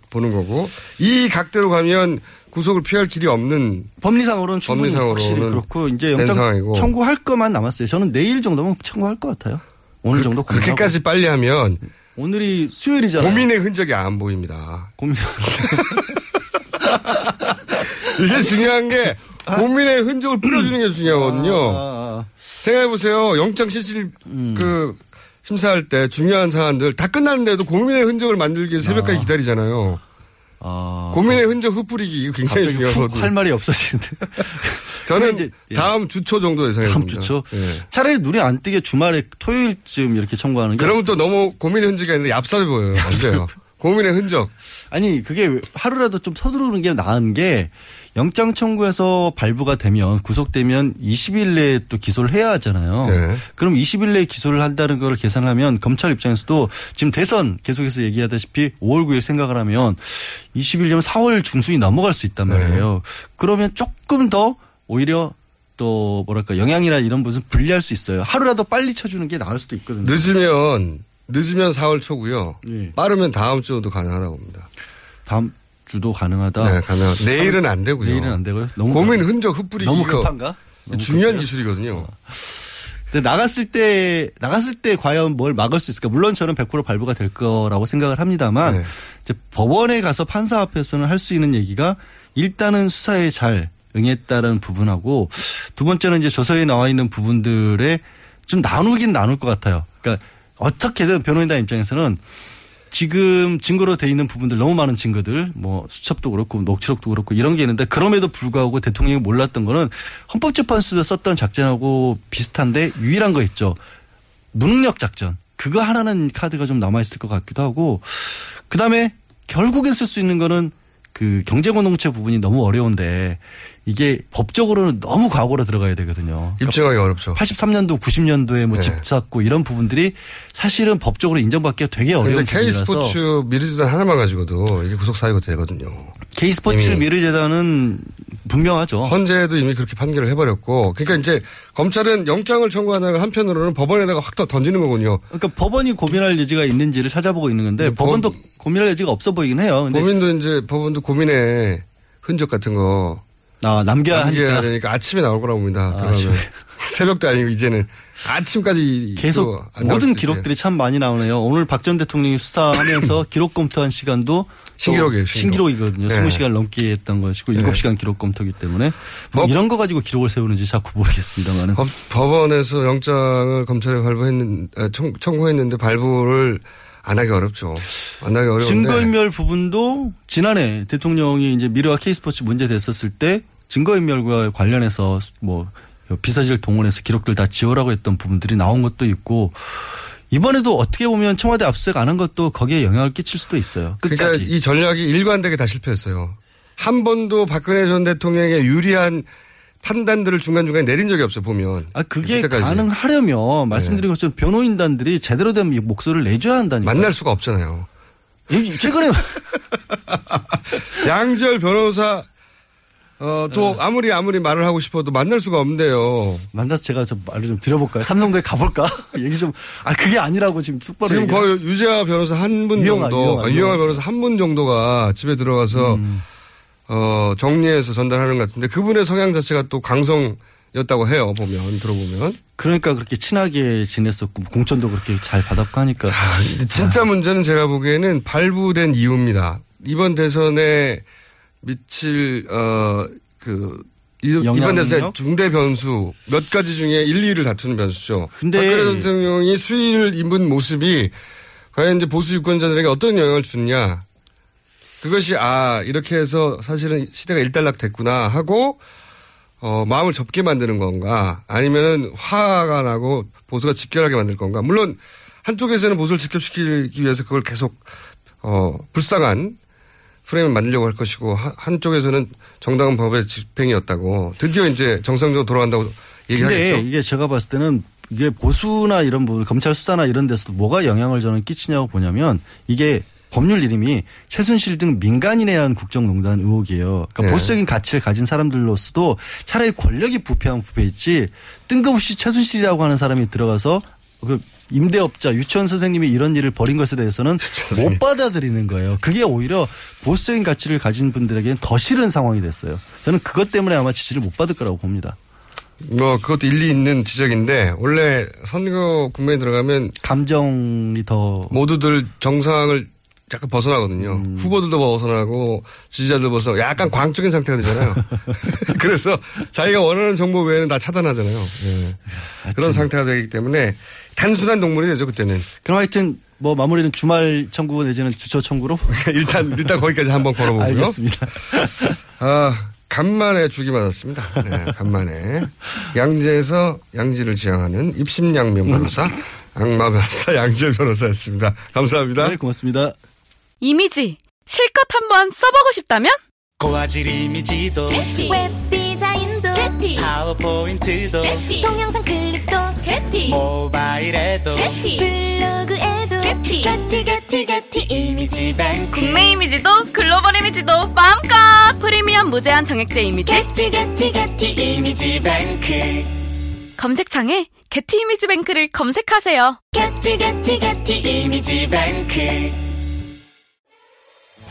S5: 보는 거고 이 각대로 가면 구속을 피할 길이 없는
S7: 법리상으로는 충분히
S5: 법리상으로는
S7: 확실히 그렇고 이제
S5: 된
S7: 영장
S5: 상황이고.
S7: 청구할 것만 남았어요 저는 내일 정도면 청구할 것 같아요 오늘 정도 고민하고.
S5: 그렇게까지 빨리 하면
S7: 오늘이 수요일이잖아요
S5: 고민의 흔적이 안 보입니다.
S7: 고민
S5: 이게 중요한 게 고민의 흔적을 뿌려주는 게 중요하거든요.
S7: 아,
S5: 생각해보세요. 영장실질
S7: 음.
S5: 그 심사할 때 중요한 사안들 다 끝났는데도 고민의 흔적을 만들기 위해서 새벽까지 기다리잖아요.
S7: 아.
S5: 고민의 흔적 흩뿌리기 이거 굉장히
S7: 갑자기 훅
S5: 중요하거든요.
S7: 할 말이 없어지는데.
S5: 저는
S7: 이제, 예.
S5: 다음 주초 정도 예상해요.
S7: 다음 그러니까 주죠.
S5: 예.
S7: 차라리 눈이 안 뜨게 주말에 토요일쯤 이렇게 청구하는 게
S5: 그러면 또 너무 고민의 흔적이 아니라 얍삽해 보여요. 안 돼요. 고민의 흔적.
S7: 아니 그게 왜- 하루라도 좀 서두르는 게 나은 게 영장 청구해서 발부가 되면 구속되면 20일 내에 또 기소를 해야 하잖아요.
S5: 네.
S7: 그럼 20일 내에 기소를 한다는 걸 계산하면 검찰 입장에서도 지금 대선 계속해서 얘기하다시피 5월 9일 생각을 하면 20일이면 4월 중순이 넘어갈 수 있단 말이에요. 그러면 조금 더 오히려 또 뭐랄까 영향이나 이런 부분 분리할 수 있어요. 하루라도 빨리 쳐주는 게 나을 수도 있거든요.
S5: 늦으면 늦으면 4월 초고요.
S7: 예.
S5: 빠르면 다음 주도 가능하다고 봅니다.
S7: 다음 주도 가능하다.
S5: 네, 가능. 내일은 안 되고요.
S7: 아. 내일은 안 되고요. 너무
S5: 고민
S7: 급-
S5: 흔적 흩뿌리기
S7: 너무
S5: 이거
S7: 급한가? 너무
S5: 중요한
S7: 급해요? 아,
S5: 기술이거든요.
S7: 근데 나갔을 때 나갔을 때 과연 뭘 막을 수 있을까? 물론 저는 100% 발부가 될 거라고 생각을 합니다만
S5: 네.
S7: 이제 법원에 가서 판사 앞에서는 할 수 있는 얘기가 일단은 수사에 잘 응했다는 부분하고 두 번째는 이제 조서에 나와 있는 부분들에 좀 나누긴 나눌 것 같아요. 그러니까 어떻게든 변호인단 입장에서는 지금 증거로 돼 있는 부분들 너무 많은 증거들 뭐 수첩도 그렇고 녹취록도 그렇고 이런 게 있는데 그럼에도 불구하고 대통령이 몰랐던 거는 헌법재판소에서 썼던 작전하고 비슷한데 유일한 거 있죠 무능력 작전 그거 하나는 카드가 좀 남아 있을 것 같기도 하고 그다음에 결국엔 쓸 수 있는 거는 그 경제공동체 부분이 너무 어려운데 이게 법적으로는 너무 과거로 들어가야 되거든요.
S5: 입증하기 어렵죠.
S7: 83년도, 90년도에 뭐
S5: 네.
S7: 집 찾고 이런 부분들이 사실은 법적으로 인정받기가 되게
S5: 근데
S7: 어려운
S5: K
S7: 부분이라서
S5: 스포츠 미르지단 하나만 가지고도 이게 구속 사유가 되거든요.
S7: K 스포츠
S5: 이미-
S7: 미르재단은 분명하죠.
S5: 헌재도 이미 그렇게 판결을 해버렸고, 그러니까 이제 검찰은 영장을 청구하다가 한편으로는 법원에다가 확 더 던지는 거군요.
S7: 그러니까 법원이 고민할 여지가 있는지를 찾아보고 있는 건데
S5: 근데
S7: 법원도
S5: 네, 법-
S7: 고민할 여지가 없어 보이긴 해요. 근데
S5: 법인도 이제 법원도 고민의 흔적 같은 거
S7: 아, 남겨야
S5: 남겨야
S7: 하니까
S5: 되니까 아침에 나올 거라고 봅니다. 들어가면 새벽도 아니고 이제는 아침까지 또
S7: 계속
S5: 안 나올
S7: 모든
S5: 수도 있어요.
S7: 기록들이 참 많이 나오네요. 오늘 박 전 대통령이 수사하면서 기록 검토한 시간도 또
S5: 신기록이에요, 신기록.
S7: 신기록이거든요.
S5: 네.
S7: 20시간 넘게 했던 것이고 7시간 기록 검토기 때문에 뭐
S5: 법-
S7: 이런 거 가지고 기록을 세우는지 자꾸 모르겠습니다만은
S5: 법, 법원에서 영장을 검찰에 발부했는 아, 청, 청구했는데 발부를 안 하기 어렵죠. 안 하기 어려운데
S7: 증거인멸 부분도 지난해 대통령이 이제 미르와 케이스포츠 문제 됐었을 때 증거인멸과 관련해서 뭐 비서실 동원해서 기록들 다 지우라고 했던 부분들이 나온 것도 있고 이번에도 어떻게 보면 청와대 압수수색 안 한 것도 거기에 영향을 끼칠 수도 있어요. 끝까지.
S5: 그러니까 이 전략이 일관되게 다 실패했어요. 한 번도 박근혜 전 대통령의 유리한 판단들을 중간중간에 내린 적이 없어요, 보면. 그러니까
S7: 아 그게
S5: 그때까지. 네.
S7: 가능하려면 말씀드린 것처럼 변호인단들이 제대로 된 목소리를 내줘야 한다니까.
S5: 만날 수가 없잖아요.
S7: 이- 최근에
S5: 양절 변호사 어, 또 아무리 아무리 말을 하고 싶어도 만날 수가 없는데요.
S7: 네. 만나서 제가 좀 말을 좀 드려볼까요? 삼성도에 가볼까? 얘기 좀. 아 그게 아니라고 지금 똑바로.
S5: 지금
S7: 얘기를
S5: 거의 유재하 변호사 한 분
S7: 유영아,
S5: 정도,
S7: 유영아,
S5: 아, 유영아 변호사 한 분 정도가 집에 들어가서
S7: 음.
S5: 어, 정리해서 전달하는 것 같은데 그분의 성향 자체가 또 강성이었다고 해요. 보면 들어보면.
S7: 그러니까 그렇게 친하게 지냈었고 뭐 공천도 그렇게 잘 받았고 하니까
S5: 아, 근데 진짜 문제는 제가 보기에는 발부된 이유입니다. 이번 대선에 미칠 어, 어그 이번
S7: 영향력?
S5: 대선의 중대 변수 몇 가지 중에 1, 2위를 다투는 변수죠.
S7: 근데-
S5: 박근혜 대통령이 수위를 입은 모습이 과연 이제 보수 유권자들에게 어떤 영향을 주느냐. 그것이 아 이렇게 해서 사실은 시대가 일단락됐구나 하고 어, 마음을 접게 만드는 건가 아니면은 화가 나고 보수가 집결하게 만들 건가 물론 한쪽에서는 보수를 집결시키기 위해서 그걸 계속 어, 불쌍한 프레임을 만들려고 할 것이고 하- 한쪽에서는 정당한 법의 집행이었다고 드디어 이제 정상적으로 돌아간다고
S7: 근데
S5: 얘기하겠죠.
S7: 이게 제가 봤을 때는 이게 보수나 이런 부분 검찰 수사나 이런 데서도 뭐가 영향을 저는 끼치냐고 보냐면 이게 법률 이름이 최순실 등 민간인에 의한 국정농단 의혹이에요. 그러니까
S5: 네.
S7: 보수적인 가치를 가진 사람들로서도 차라리 권력이 부패하면 부패했지 뜬금없이 최순실이라고 하는 사람이 들어가서 그 임대업자 유치원 선생님이 이런 일을 벌인 것에 대해서는 못 받아들이는 거예요. 그게 오히려 보수적인 가치를 가진 분들에게는 더 싫은 상황이 됐어요. 저는 그것 때문에 아마 지지를 못 받을 거라고 봅니다.
S5: 뭐 그것도 일리 있는 지적인데 원래 선거 국면에 들어가면
S7: 감정이 더
S8: 뭐?
S5: 모두들 정상을 약간 벗어나거든요.
S7: 음.
S5: 후보들도 벗어나고 지지자들도 벗어나고 약간 광적인 상태가 되잖아요. 그래서 자기가 원하는 정보 외에는 다 차단하잖아요. 예.
S7: 아,
S5: 그런 상태가 되기 때문에 단순한 동물이 되죠, 그때는.
S7: 그럼 하여튼 뭐 마무리는 주말 청구 내지는 주초 청구로
S5: 일단, 일단 거기까지 한번 걸어보고요.
S7: 알겠습니다.
S5: 아, 간만에 죽이 맞았습니다. 네, 간만에. 양지에서 양지를 지향하는 입심양면 변호사, 악마 변호사, 양지열 변호사였습니다. 감사합니다.
S7: 네, 고맙습니다.
S9: 이미지 실컷 한번 써보고 싶다면
S6: 고화질 이미지도
S10: 웹 디자인도
S6: 파워포인트도
S10: 동영상 클립도
S6: 모바일에도
S10: 블로그에도 게티 게티 게티 이미지 뱅크
S9: 국내 이미지도 글로벌 이미지도 마음껏 프리미엄 무제한 정액제 이미지
S10: 게티 게티 게티 이미지 뱅크
S9: 검색창에 게티 이미지 뱅크를 검색하세요.
S10: 게티 게티 게티 이미지 뱅크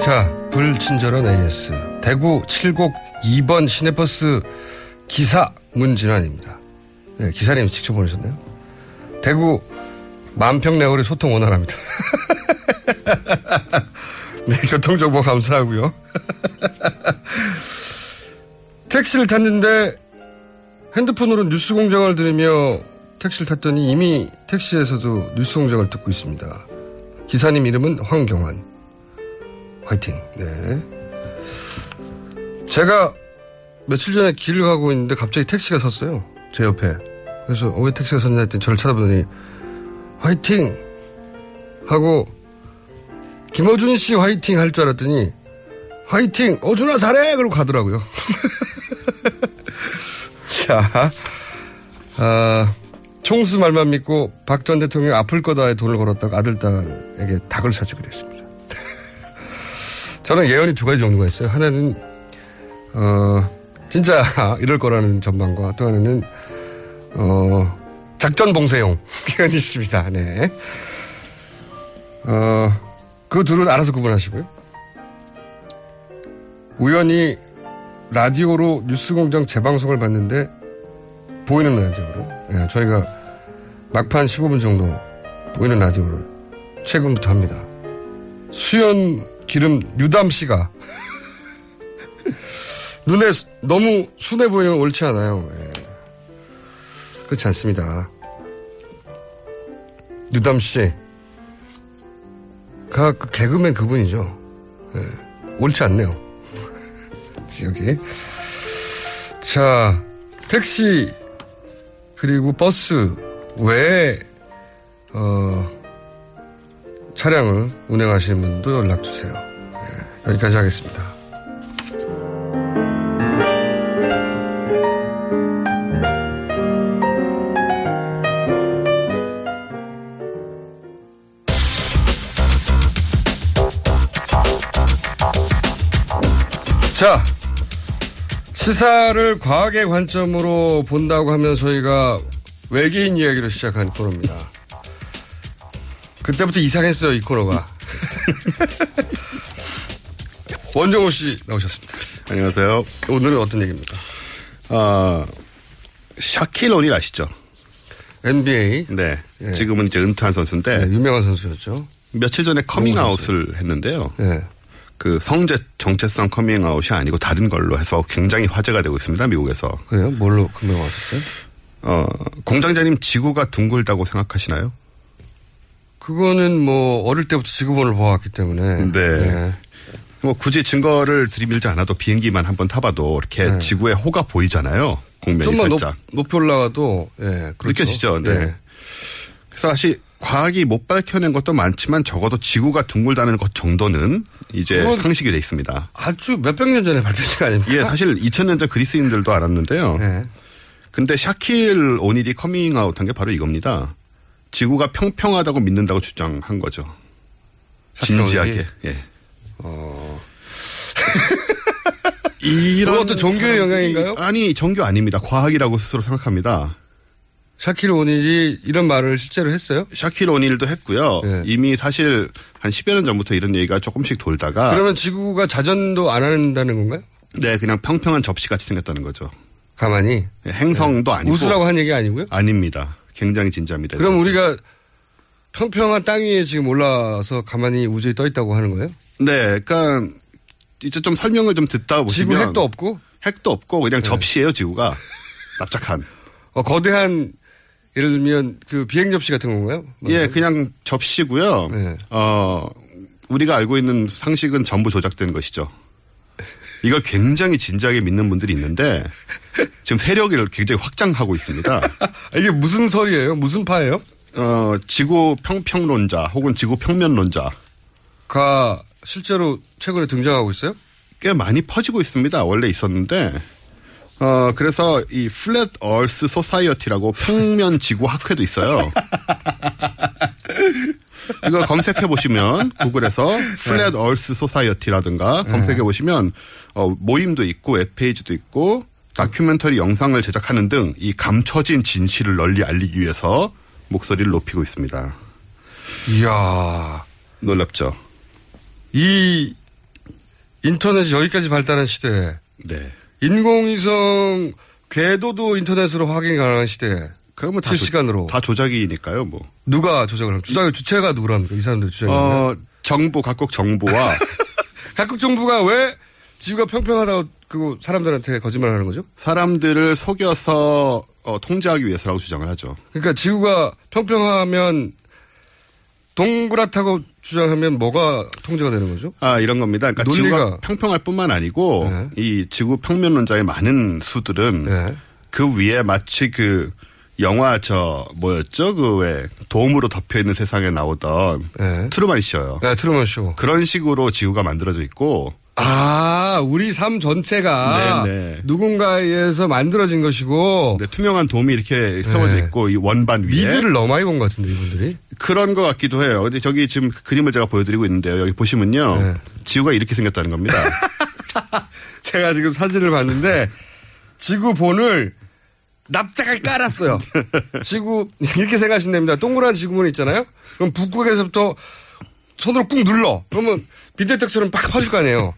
S5: 자, 불친절한 AS. 대구 칠곡 2번 시내버스 기사 문진환입니다. 네, 기사님 직접 보내셨네요. 대구 만평 내거리 소통 원활합니다. 네, 교통정보 감사하고요. 택시를 탔는데 핸드폰으로 뉴스 공장을 들으며 택시를 탔더니 이미 택시에서도 뉴스 공장을 듣고 있습니다. 기사님 이름은 황경환. 화이팅. 네. 제가 며칠 전에 길을 가고 있는데 갑자기 택시가 섰어요. 제 옆에. 그래서 어, 왜 택시가 섰냐 했더니 저를 쳐다보더니 화이팅! 하고 김어준 씨 화이팅 할 줄 알았더니 화이팅! 어준아 잘해! 그러고 가더라고요. 자, 아, 총수 말만 믿고 박 전 대통령 아플 거다에 돈을 걸었다가 아들, 딸에게 닭을 사주기로 했습니다. 저는 예언이 두 가지 종류가 있어요. 하나는, 어, 진짜 이럴 거라는 전망과 또 하나는, 어, 작전 봉쇄용 예언이 있습니다. 네. 어, 그 둘은 알아서 구분하시고요. 우연히 라디오로 뉴스공장 재방송을 봤는데 보이는 라디오로 예, 저희가 막판 15분 정도 보이는 라디오를 최근부터 합니다. 수연 기름 유담 씨가 눈에 수- 너무 순해 보이면 옳지 않아요. 예. 그렇지 않습니다. 유담 씨, 가 그 개그맨 그분이죠. 예. 옳지 않네요. 여기. 자, 택시, 그리고 버스 외에, 어, 차량을 운행하시는 분도 연락주세요. 예, 여기까지 하겠습니다. 자, 시사를 과학의 관점으로 본다고 하면 저희가 외계인 이야기로 시작한 코너입니다. 그때부터 이상했어요, 이 코너가. 원정호 씨 나오셨습니다.
S8: 안녕하세요.
S5: 오늘은 어떤 얘기입니까?
S8: 아, 샤킬 오닐 아시죠?
S5: NBA.
S8: 네. 지금은 이제 은퇴한 선수인데.
S5: 네, 유명한 선수였죠. 네.
S8: 며칠 전에 커밍아웃을 했는데요. 그 성재 정체성 커밍아웃이 아니고 다른 걸로 해서 굉장히 화제가 되고 있습니다. 미국에서.
S5: 그래요? 뭘로 금명하셨어요?
S8: 어, 공장장님 지구가 둥글다고 생각하시나요?
S5: 그거는 뭐 어릴 때부터 지구본을 보았기 때문에
S8: 네. 뭐 굳이 증거를 들이밀지 않아도 비행기만 한번 타봐도 이렇게
S5: 네.
S8: 지구의 호가 보이잖아요. 공면이
S5: 좀만 높,
S8: 살짝.
S5: 높이 올라가도 예, 그렇죠.
S8: 느껴지죠. 네.
S5: 예.
S8: 그래서 사실 과학이 못 밝혀낸 것도 많지만 적어도 지구가 둥글다는 것 정도는 이제
S5: 그건-
S8: 상식이 돼 있습니다.
S5: 아주 몇백 년 전에 밝혀진 거 아닙니까? 네.
S8: 예, 사실 2000년 전 그리스인들도 알았는데요. 근데 샤킬 오닐이 커밍아웃한 게 바로 이겁니다. 지구가 평평하다고 믿는다고 주장한 거죠.
S5: 샤킬
S8: 진지하게.
S5: 오닐이?
S8: 예.
S5: 이런 어떤 종교의 영향인가요?
S8: 아니 종교 아닙니다. 과학이라고 스스로 생각합니다.
S5: 샤킬 오닐이 이런 말을 실제로 했어요? 네.
S8: 샤킬 오닐도 했고요. 이미 사실 한 10여 년 전부터 이런 얘기가 조금씩 돌다가
S5: 그러면 지구가 자전도 안 한다는 건가요?
S8: 네, 그냥 평평한 접시같이 생겼다는 거죠.
S5: 가만히
S7: 네.
S8: 행성도 아니고
S5: 웃으라고 한 얘기 아니고요?
S8: 아닙니다. 굉장히 진지합니다.
S5: 그럼 우리가 평평한 땅 위에 지금 올라서 가만히 우주에 떠 있다고 하는 거예요?
S8: 네, 그러니까 이제 좀 설명을 좀 듣다 어, 보시면
S5: 지구 핵도 없고
S8: 핵도 없고 그냥 접시예요 지구가 납작한.
S5: 어, 거대한 예를 들면 그 비행 접시 같은 건가요? 네.
S8: 예, 그냥 접시고요. 어 우리가 알고 있는 상식은 전부 조작된 것이죠. 이걸 굉장히 진지하게 믿는 분들이 있는데 지금 세력을 굉장히 확장하고 있습니다.
S5: 아, 이게 무슨 설이에요? 무슨 파예요?
S8: 어 지구 평평론자 혹은 지구 평면론자.
S5: 가 실제로 최근에 등장하고 있어요?
S8: 꽤 많이 퍼지고 있습니다. 원래 있었는데. 어, 그래서 이 플랫 얼스 소사이어티라고 평면 지구 학회도 있어요. 이거 검색해 보시면 구글에서 플랫 얼스 소사이어티라든가 검색해 보시면 어, 모임도 있고 웹페이지도 있고 다큐멘터리 영상을 제작하는 등 이 감춰진 진실을 널리 알리기 위해서 목소리를 높이고 있습니다.
S5: 이야.
S8: 놀랍죠.
S5: 이 인터넷이 여기까지 발달한 시대에
S8: 네.
S5: 인공위성 궤도도 인터넷으로 확인 가능한 시대에
S8: 그러면 뭐 다 조-
S5: 실시간으로
S8: 다 조작이니까요, 뭐.
S5: 누가 조작을 합니까? 주작 주체가 누구랍니까? 이 사람들 주장이
S8: 어, 정부 각국 정부와
S5: 각국 정부가 왜 지구가 평평하다고 그 사람들한테 거짓말을 하는 거죠?
S7: 사람들을 속여서 어, 통제하기 위해서라고 주장을 하죠.
S5: 그러니까 지구가 평평하면 동그랗다고 주장하면 뭐가 통제가 되는 거죠?
S7: 아 이런 겁니다. 그러니까
S5: 논리가-
S7: 지구가 평평할 뿐만 아니고 이 지구 평면론자의 많은 수들은
S5: 네.
S7: 그 위에 마치 그 영화 저 뭐였죠 그 왜 도움으로 덮여 있는 세상에 나오던 음, 트루먼 쇼요.
S5: 네, 트루먼 쇼.
S7: 그런 식으로 지구가 만들어져 있고
S5: 아, 우리 삶 전체가
S7: 네네.
S5: 누군가에 의해서 만들어진 것이고
S7: 그 투명한 돔이 이렇게 세워져
S5: 네.
S7: 있고 이 원반 위에
S5: 미드를 너무 많이 본 것 같은데 이분들이.
S7: 그런 것 같기도 해요. 근데 저기 지금 그림을 제가 보여드리고 있는데요. 여기 보시면요
S5: 네.
S7: 지구가 이렇게 생겼다는 겁니다.
S5: 제가 지금 사진을 봤는데 지구본을 납작하게 깔았어요. 지구 이렇게 생각하시면 됩니다. 동그란 지구본 있잖아요. 그럼 북극에서부터 손으로 꾹 눌러. 그러면 빈대떡처럼 팍 퍼질 거 아니에요.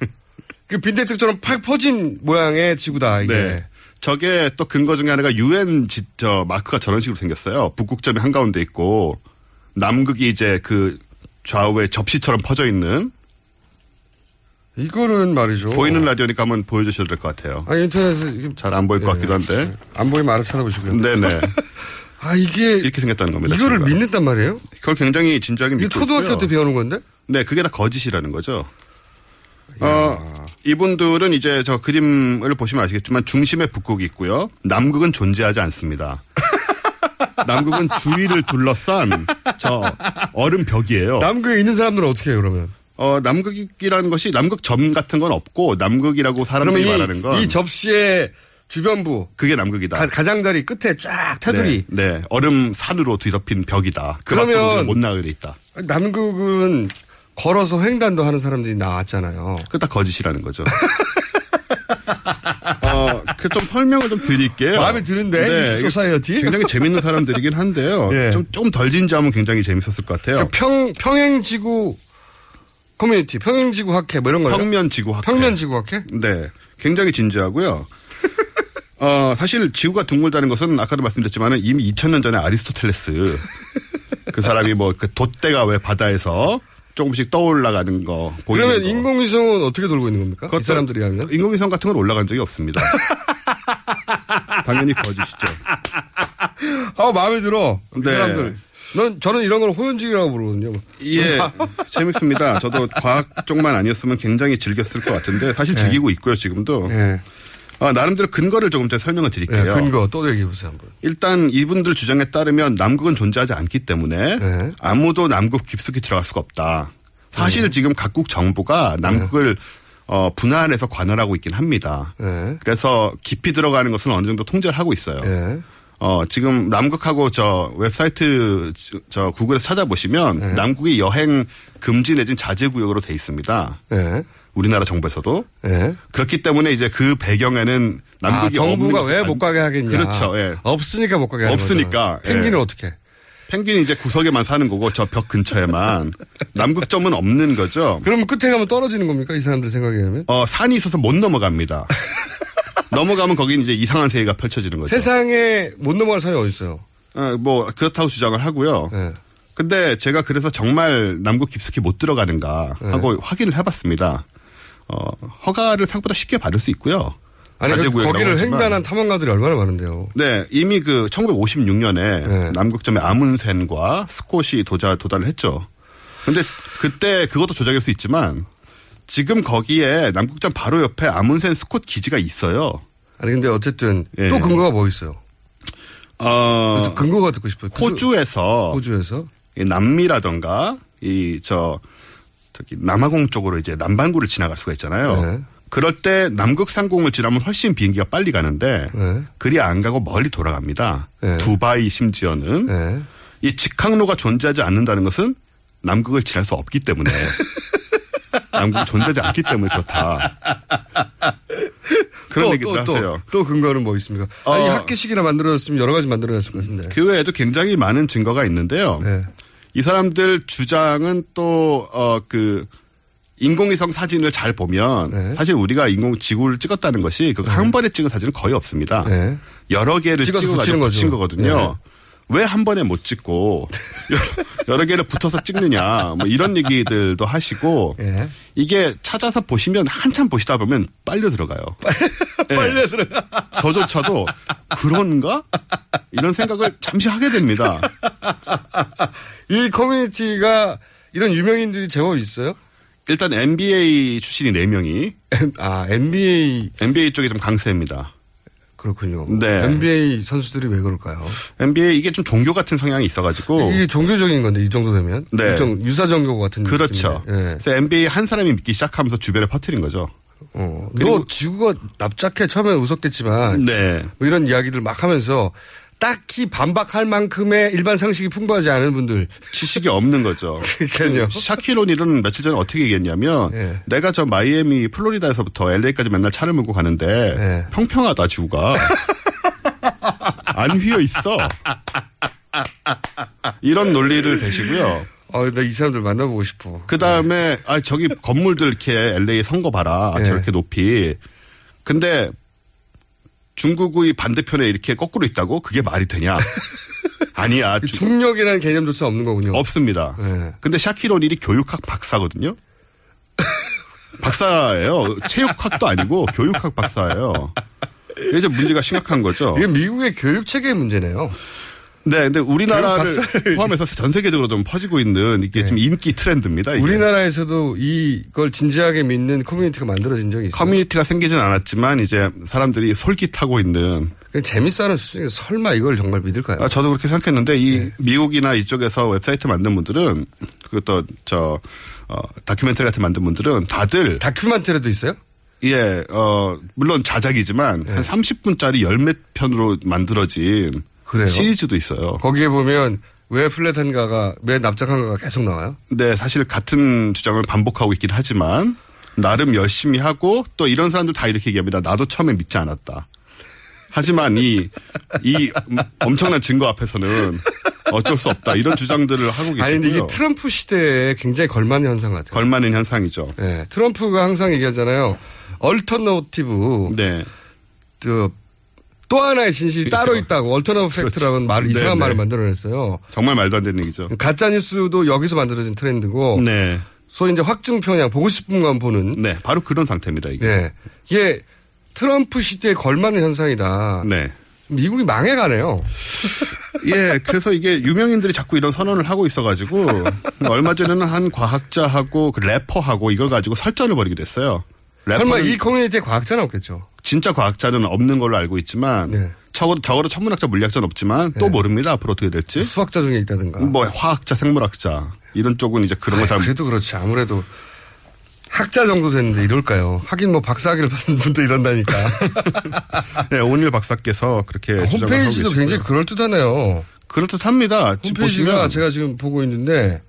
S5: 그 빈대떡처럼 팍 퍼진 모양의 지구다 이게.
S7: 네. 저게 또 근거 중에 하나가 유엔 저 마크가 저런 식으로 생겼어요. 북극점이 한가운데 있고 남극이 이제 그 좌우에 접시처럼 퍼져 있는
S5: 이거는 말이죠.
S7: 보이는 라디오니까 한번 보여주셔도 될 것 같아요.
S5: 아 인터넷에
S7: 잘 안 보일 것 같기도 한데
S5: 안 보이면 알아서 찾아보시고요.
S7: 네네.
S5: 아 이게
S7: 이렇게 생겼다는 겁니다.
S5: 이거를
S7: 지구가.
S5: 믿는단 말이에요?
S7: 그걸 굉장히 진지하게
S5: 이거
S7: 믿고
S5: 초등학교
S7: 있고요.
S5: 때 배우는 건데?
S7: 네, 그게 다 거짓이라는 거죠. 어, 이분들은 이제 저 그림을 보시면 아시겠지만 중심에 북극이 있고요. 남극은 존재하지 않습니다. 남극은 주위를 둘러싼 저 얼음 벽이에요.
S5: 남극에 있는 사람들은 어떻게 해요, 그러면?
S7: 어, 남극이라는 것이 남극 점 같은 건 없고 남극이라고 사람들이 말하는
S5: 그러면
S7: 건
S5: 이, 이 접시의 주변부
S7: 그게 남극이다.
S5: 가, 가장자리 끝에 쫙 테두리.
S7: 네, 네, 얼음 산으로 뒤덮인 벽이다. 그
S5: 그러면-
S7: 밖으로는 못 나가게 돼 있다.
S5: 남극은 걸어서 횡단도 하는 사람들이 나왔잖아요.
S7: 그게 다 거짓이라는 거죠. 어, 그 좀 설명을 좀 드릴게요. 네,
S5: 마음에 드는데, 이 소사이어티?
S7: 굉장히 재밌는 사람들이긴 한데요.
S5: 예.
S7: 좀, 좀 덜 진지하면 굉장히 재밌었을 것 같아요.
S5: 그 평, 평행지구 커뮤니티, 평행지구 학회 뭐 이런 거예요.
S7: 평면 지구 학회.
S5: 평면지구 학회?
S7: 네. 굉장히 진지하고요. 어, 사실 지구가 둥글다는 것은 아까도 말씀드렸지만 이미 2000년 전에 아리스토텔레스 그 사람이 뭐 그 돛대가 왜 바다에서 조금씩 떠올라가는 거뭐 보이는
S5: 그러면
S7: 거.
S5: 인공위성은 어떻게 돌고 있는 겁니까? 이
S7: 그것도
S5: 사람들이 하면?
S7: 인공위성 같은 건 올라간 적이 없습니다. 당연히 거짓이죠.
S5: 아, 마음에 들어. 이
S7: 네.
S5: 사람들. 넌, 저는 이런 걸 호연지기라고 부르거든요. 뭐.
S7: 예, 재밌습니다. 저도 과학 쪽만 아니었으면 굉장히 즐겼을 것 같은데
S5: 네.
S7: 사실 즐기고 있고요 지금도. 아, 나름대로 근거를 조금 더 설명을
S5: 예,
S7: 드릴게요.
S5: 네. 근거 또 얘기해보세요, 한번.
S7: 일단 이분들 주장에 따르면 남극은 존재하지 않기 때문에
S5: 네.
S7: 아무도 남극 깊숙이 들어갈 수가 없다. 사실 지금 각국 정부가
S5: 네.
S7: 남극을 어, 분할해서 관할하고 있긴 합니다.
S5: 예.
S7: 그래서 깊이 들어가는 것은 어느 정도 통제를 하고 있어요.
S5: 예.
S7: 어, 지금 남극하고 저 웹사이트 저 구글에서 찾아보시면 남극이 여행 금지 내진 자제 구역으로 돼 있습니다.
S5: 예.
S7: 우리나라 정부에서도
S5: 예.
S7: 그렇기 때문에 이제 그 배경에는
S5: 아,
S7: 남극이
S5: 정부가
S7: 없는
S5: 왜
S7: 것은
S5: 못 가게 하겠냐.
S7: 그렇죠. 예.
S5: 없으니까 못 가게 하는
S7: 없으니까,
S5: 거죠. 펭귄은
S7: 예.
S5: 어떻게?
S7: 펭귄이 이제 구석에만 사는 거고 저 벽 근처에만 남극점은 없는 거죠.
S5: 그러면 끝에 가면 떨어지는 겁니까? 이 사람들 생각에 하면?
S7: 어 산이 있어서 못 넘어갑니다. 넘어가면 거긴 이제 이상한 세계가 펼쳐지는 거죠.
S5: 세상에 못 넘어갈 산이 어디 있어요?
S7: 어, 뭐 그렇다고 주장을 하고요.
S5: 예.
S7: 근데 제가 그래서 정말 남극 깊숙이 못 들어가는가
S5: 예.
S7: 하고 확인을 해봤습니다. 어, 허가를 생각보다 쉽게 받을 수 있고요.
S5: 아니 그
S7: 자제구역이라고
S5: 거기를
S7: 하지만.
S5: 횡단한 탐험가들이 얼마나 많은데요.
S7: 네, 이미 그 1956년에
S5: 네.
S7: 남극점에 아문센과 스콧이 도자 도달을 했죠. 근데 그때 그것도 조작일 수 있지만 지금 거기에 남극점 바로 옆에 아문센 스콧 기지가 있어요.
S5: 아니 근데 어쨌든
S7: 예.
S5: 또 근거가 뭐 있어요?
S7: 어,
S5: 저 근거가 듣고 싶어요. 그 수-
S7: 호주에서
S5: 호주에서
S7: 이 남미라던가 이 저 저기 남아공 쪽으로 이제 남반구를 지나갈 수가 있잖아요. 그럴 때 남극 상공을 지나면 훨씬 비행기가 빨리 가는데 그리 안 가고 멀리 돌아갑니다.
S5: 네,
S7: 두바이 심지어는 이 직항로가 존재하지 않는다는 것은 남극을 지날 수 없기 때문에 남극이 존재하지 않기 때문에 그렇다. 그런
S5: 또,
S7: 얘기도
S5: 또, 또,
S7: 하세요.
S5: 또 근거는 뭐 있습니까? 아니
S7: 어.
S5: 학기식이나 만들어졌으면 여러 가지 만들어졌을 것 같은데.
S7: 그 외에도 굉장히 많은 증거가 있는데요.
S5: 네.
S7: 이 사람들 주장은 또, 어, 그, 인공위성 사진을 잘 보면
S5: 네.
S7: 사실 우리가 인공 지구를 찍었다는
S5: 예.
S7: 것이 그한 번에 찍은 사진은 거의 없습니다. 여러 개를
S5: 네. 찍어서 붙이는
S7: 찍어가지고 붙인
S5: 거죠. 네.
S7: 거거든요. 왜 한 번에 못 찍고 여러, 여러 개를 붙어서 찍느냐 뭐 이런 얘기들도 하시고
S5: 예.
S7: 이게 찾아서 보시면 한참 보시다 보면 빨려 들어가요. 빨려
S5: 들어가.
S7: 저조차도 그런가 이런 생각을 잠시 하게 됩니다.
S5: 이 커뮤니티가 이런 유명인들이 제법 있어요?
S7: 일단 NBA 출신이 4명이.
S5: 아, NBA.
S7: NBA 쪽이 좀 강세입니다.
S5: 그렇군요.
S7: 네.
S5: NBA 선수들이 왜 그럴까요?
S7: NBA 이게 좀 종교 같은 성향이 있어가지고.
S5: 이게 종교적인 건데 이 정도 되면
S7: 네.
S5: 일종 유사 종교 같은
S7: 그렇죠.
S5: 느낌인데. 예.
S7: 그래서 NBA 한 사람이 믿기 시작하면서 주변에 퍼뜨린 거죠.
S5: 어.
S7: 그리고-
S5: 너 지구가 납작해 처음에 웃었겠지만
S7: 네.
S5: 뭐 이런 이야기들 막 하면서 딱히 반박할 만큼의 일반 상식이 풍부하지 않은 분들
S7: 지식이 없는 거죠.
S5: 그러니까요.
S7: 샤키로니는 며칠 전에 어떻게 얘기했냐면
S5: 예.
S7: 내가 저 마이애미 플로리다에서부터 LA까지 맨날 차를 몰고 가는데
S5: 예.
S7: 평평하다 지구가 안 휘어 있어. 이런 논리를 대시고요.
S5: 어, 나 이 사람들 만나보고 싶어.
S7: 그 다음에 아 저기 건물들 이렇게 LA 선거 봐라
S5: 네.
S7: 저렇게 높이. 근데 중국의 반대편에 이렇게 거꾸로 있다고 그게 말이 되냐? 아니야. 주-
S5: 중력이라는 개념조차 없는 거군요.
S7: 없습니다.
S5: 네.
S7: 근데 샤키로닐이 교육학 박사거든요. 박사예요. 체육학도 아니고 교육학 박사예요. 이제 문제가 심각한 거죠.
S5: 이게 미국의 교육 체계의 문제네요.
S7: 네, 근데 우리나라를
S5: 교육 박사를- 네.
S7: 포함해서 전 세계적으로 좀 퍼지고 있는 이게 지금 인기 트렌드입니다. 이게.
S5: 우리나라에서도 이걸 진지하게 믿는 커뮤니티가 만들어진 적이 있어요.
S7: 커뮤니티가 생기진 않았지만 이제 사람들이 솔깃하고 있는
S5: 그냥 재밌어하는 수준에 설마 이걸 정말 믿을까요?
S7: 아, 저도 그렇게 생각했는데 이
S5: 네.
S7: 미국이나 이쪽에서 웹사이트 만든 분들은 그것도 저 어, 다큐멘터리 같은 만든 분들은 다들
S5: 다큐멘터리도 있어요?
S7: 예, 어, 물론 자작이지만
S5: 예.
S7: 한 30분짜리 열몇 편으로 만들어진
S5: 그래요?
S7: 시리즈도 있어요.
S5: 거기에 보면 왜 플랫한가가 왜 납작한가가 계속 나와요?
S7: 근데 사실 같은 주장을 반복하고 있긴 하지만 나름 열심히 하고 또 이런 사람들 다 이렇게 얘기합니다. 나도 처음에 믿지 않았다. 하지만 이, 이 엄청난 증거 앞에서는 어쩔 수 없다. 이런 주장들을 하고 계시고요.
S5: 아니 근데 이게 트럼프 시대에 굉장히 걸맞는 현상 같아요.
S7: 걸맞는 현상이죠.
S5: 예, 트럼프가 항상 얘기하잖아요. 얼터너티브
S7: 네.
S5: 그, 또 하나의 진실이 따로 있다고 얼터너브 팩트라는 말 이상한
S7: 그렇죠. 네,
S5: 말을
S7: 네.
S5: 만들어냈어요.
S7: 정말 말도 안 되는 얘기죠.
S5: 가짜 뉴스도 여기서 만들어진 트렌드고
S7: 네.
S5: 소위 이제 확증 편향 보고 싶은 것만 보는
S7: 네. 바로 그런 상태입니다. 이게.
S5: 예. 이게 트럼프 시대에 걸맞는 현상이다.
S7: 네.
S5: 미국이 망해가네요.
S7: 예, 그래서 이게 유명인들이 자꾸 이런 선언을 하고 있어가지고 그러니까 얼마 전에는 한 과학자하고 그 래퍼하고 이걸 가지고 설전을 벌이게 됐어요.
S5: 설마
S7: 래퍼는
S5: 이 커뮤니티에 과학자는 없겠죠.
S7: 진짜 과학자는 없는 걸로 알고 있지만
S5: 네.
S7: 적어도, 적어도 천문학자, 물리학자는 없지만 또 모릅니다. 앞으로 어떻게 될지.
S5: 수학자 중에 있다든가.
S7: 뭐 화학자, 생물학자 이런 쪽은 이제 그런
S5: 아이,
S7: 거잘
S5: 그래도 그렇지. 아무래도 학자 정도 됐는데 이럴까요? 하긴 뭐 박사학위를 받은 분도 이런다니까.
S7: 네, 온일 박사께서 그렇게 예, 주장을 하고
S5: 아, 홈페이지도
S7: 계시고요.
S5: 굉장히 그럴듯하네요.
S7: 그럴듯합니다. 지금
S5: 홈페이지가
S7: 보시면
S5: 제가 지금 보고 있는데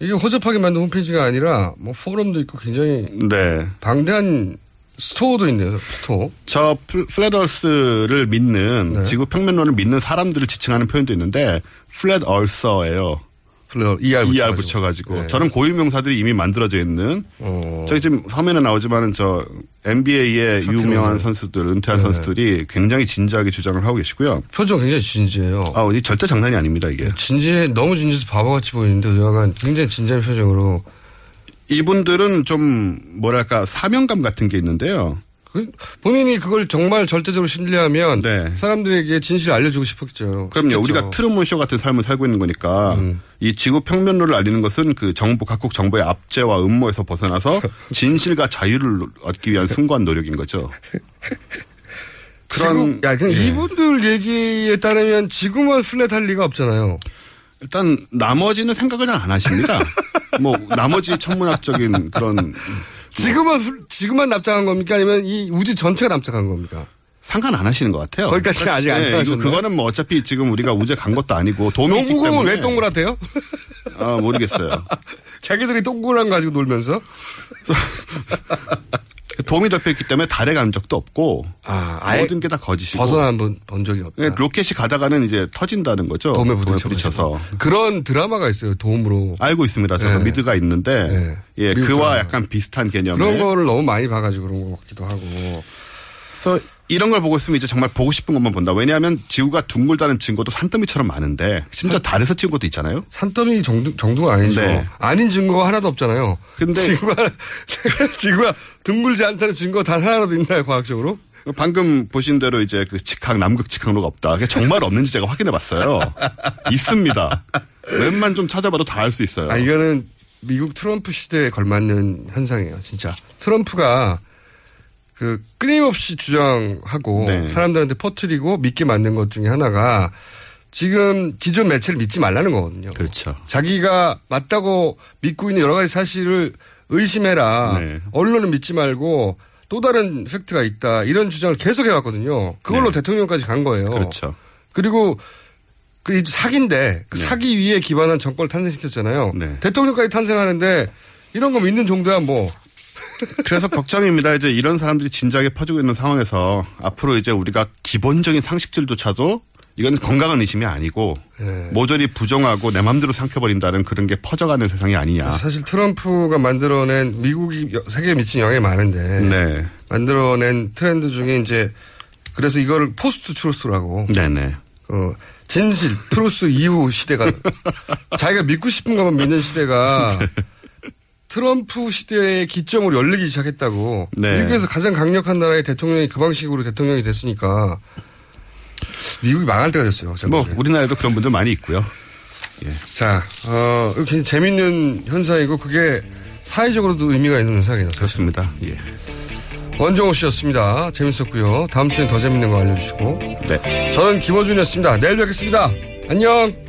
S5: 이게 허접하게 만든 홈페이지가 아니라 뭐 포럼도 있고 굉장히
S7: 네.
S5: 방대한 스토어도 있네요. 스토어.
S7: 저 플- 플랫얼스를 믿는
S5: 네.
S7: 지구 평면론을 믿는 사람들을 지칭하는 표현도 있는데 플랫얼서예요.
S5: 플레어 ER
S7: ER
S5: 붙여가지고.
S7: 붙여가지고
S5: 네.
S7: 저는 고유명사들이 이미 만들어져 있는
S5: 어.
S7: 저기 지금 화면에 나오지만은 저 NBA의 유명한 선수들
S5: 네.
S7: 은퇴한 선수들이 굉장히 진지하게 주장을 하고 계시고요.
S5: 표정 굉장히 진지해요.
S7: 아, 이 절대 장난이 아닙니다
S5: 네.
S7: 이게.
S5: 진지해 너무 진지해서 바보같이 보이는데 여하간 굉장히 진지한 표정으로
S7: 이분들은 좀 뭐랄까 사명감 같은 게 있는데요.
S5: 그- 본인이 그걸 정말 절대적으로 신뢰하면
S7: 네.
S5: 사람들에게 진실을 알려주고 싶었죠. 싶겠죠.
S7: 그럼요.
S5: 음.
S7: 우리가 트루먼쇼 같은 삶을 살고 있는 거니까 이 지구 평면론을 알리는 것은 그 정부 각국 정부의 압제와 음모에서 벗어나서 진실과 자유를 얻기 위한 숭고한 노력인 거죠. 그런-
S5: 지금- 야, 그냥
S7: 예.
S5: 이분들 얘기에 따르면 지금은 플랫할 리가 없잖아요.
S7: 일단 나머지는 생각을 잘 안 하십니다. 뭐 나머지 천문학적인 그런
S5: 지금은 플- 지금만 납작한 겁니까 아니면 이 우주 전체가 납작한 겁니까?
S7: 상관 안 하시는 것 같아요.
S5: 거기까지는 아직 안
S7: 네, 이거
S5: 하셨나요?
S7: 그거는 뭐 어차피 지금 우리가 우주에 간 것도 아니고 도움이 있기
S5: 농구공은
S7: 때문에
S5: 왜 동그랗대요?
S7: 아 모르겠어요.
S5: 자기들이 동그란 거 가지고 놀면서
S7: 도움이 덮여 있기 때문에 달에 간 적도 없고
S5: 아, 아예
S7: 모든 게 다 거짓이고
S5: 벗어난 번, 본 적이 없다.
S7: 네, 로켓이 가다가는 이제 터진다는 거죠.
S5: 도움에
S7: 부딪혀서.
S5: 부딪혀서 그런 드라마가 있어요. 도움으로
S7: 알고 있습니다. 저도
S5: 네.
S7: 미드가 있는데
S5: 네.
S7: 예
S5: 미국
S7: 그와
S5: 드라마.
S7: 약간 비슷한 개념의
S5: 그런 거를 너무 많이 봐가지고 그런 것 같기도 하고
S7: 그래서 이런 걸 보고 있으면 이제 정말 보고 싶은 것만 본다. 왜냐하면 지구가 둥글다는 증거도 산더미처럼 많은데 심지어 달에서 찍은 것도 있잖아요.
S5: 산더미 정도, 정도가 아니죠. 아닌 증거가 하나도 없잖아요.
S7: 네. 근데
S5: 지구가, 지구가 둥글지 않다는 증거 단 하나라도 있나요, 과학적으로?
S7: 방금 보신 대로 이제 그 직항, 남극 직항로가 없다. 그게 정말 없는지 제가 확인해 봤어요. 있습니다. 웬만 좀 찾아봐도 다 알 수 있어요.
S5: 아, 이거는 미국 트럼프 시대에 걸맞는 현상이에요, 진짜. 트럼프가 그 끊임없이 주장하고
S7: 네.
S5: 사람들한테 퍼뜨리고 믿게 만든 것 중에 하나가 지금 기존 매체를 믿지 말라는 거거든요.
S11: 그렇죠.
S5: 자기가 맞다고 믿고 있는 여러 가지 사실을 의심해라.
S7: 네.
S5: 언론은 믿지 말고 또 다른 팩트가 있다. 이런 주장을 계속 해왔거든요. 그걸로 대통령까지 간 거예요.
S7: 네. 그렇죠.
S5: 그리고 그 이제 사기인데 그
S7: 네.
S5: 사기 위에 기반한 정권을 탄생시켰잖아요.
S7: 네.
S5: 대통령까지 탄생하는데 이런 거 믿는 정도야 뭐.
S7: 그래서 걱정입니다. 이제 이런 사람들이 진작에 퍼지고 있는 상황에서 앞으로 이제 우리가 기본적인 상식들조차도 이건 건강한 의심이 아니고 모조리 부정하고 내 맘대로 삼켜버린다는 그런 게 퍼져가는 세상이 아니냐.
S5: 사실 트럼프가 만들어낸 미국이 여- 세계에 미친 영향이 많은데
S7: 네.
S5: 만들어낸 트렌드 중에 이제 그래서 이거를 포스트 트루스라고
S7: 네네.
S5: 어, 진실 트루스 이후 시대가 자기가 믿고 싶은 것만 믿는 시대가
S7: 네.
S5: 트럼프 시대의 기점으로 열리기 시작했다고
S7: 네.
S5: 미국에서 가장 강력한 나라의 대통령이 그 방식으로 대통령이 됐으니까 미국이 망할 때가 됐어요. 제가
S7: 뭐
S5: 보기엔.
S7: 우리나라에도 그런 분들 많이 있고요.
S5: 자, 어, 이거 굉장히 재밌는 현상이고 그게 사회적으로도 의미가 있는 현상이에요.
S7: 그렇습니다. 예.
S5: 원정호 씨였습니다. 재밌었고요. 다음 주엔 더 재밌는 거 알려주시고.
S7: 네.
S5: 저는 김어준이었습니다. 내일 뵙겠습니다. 안녕.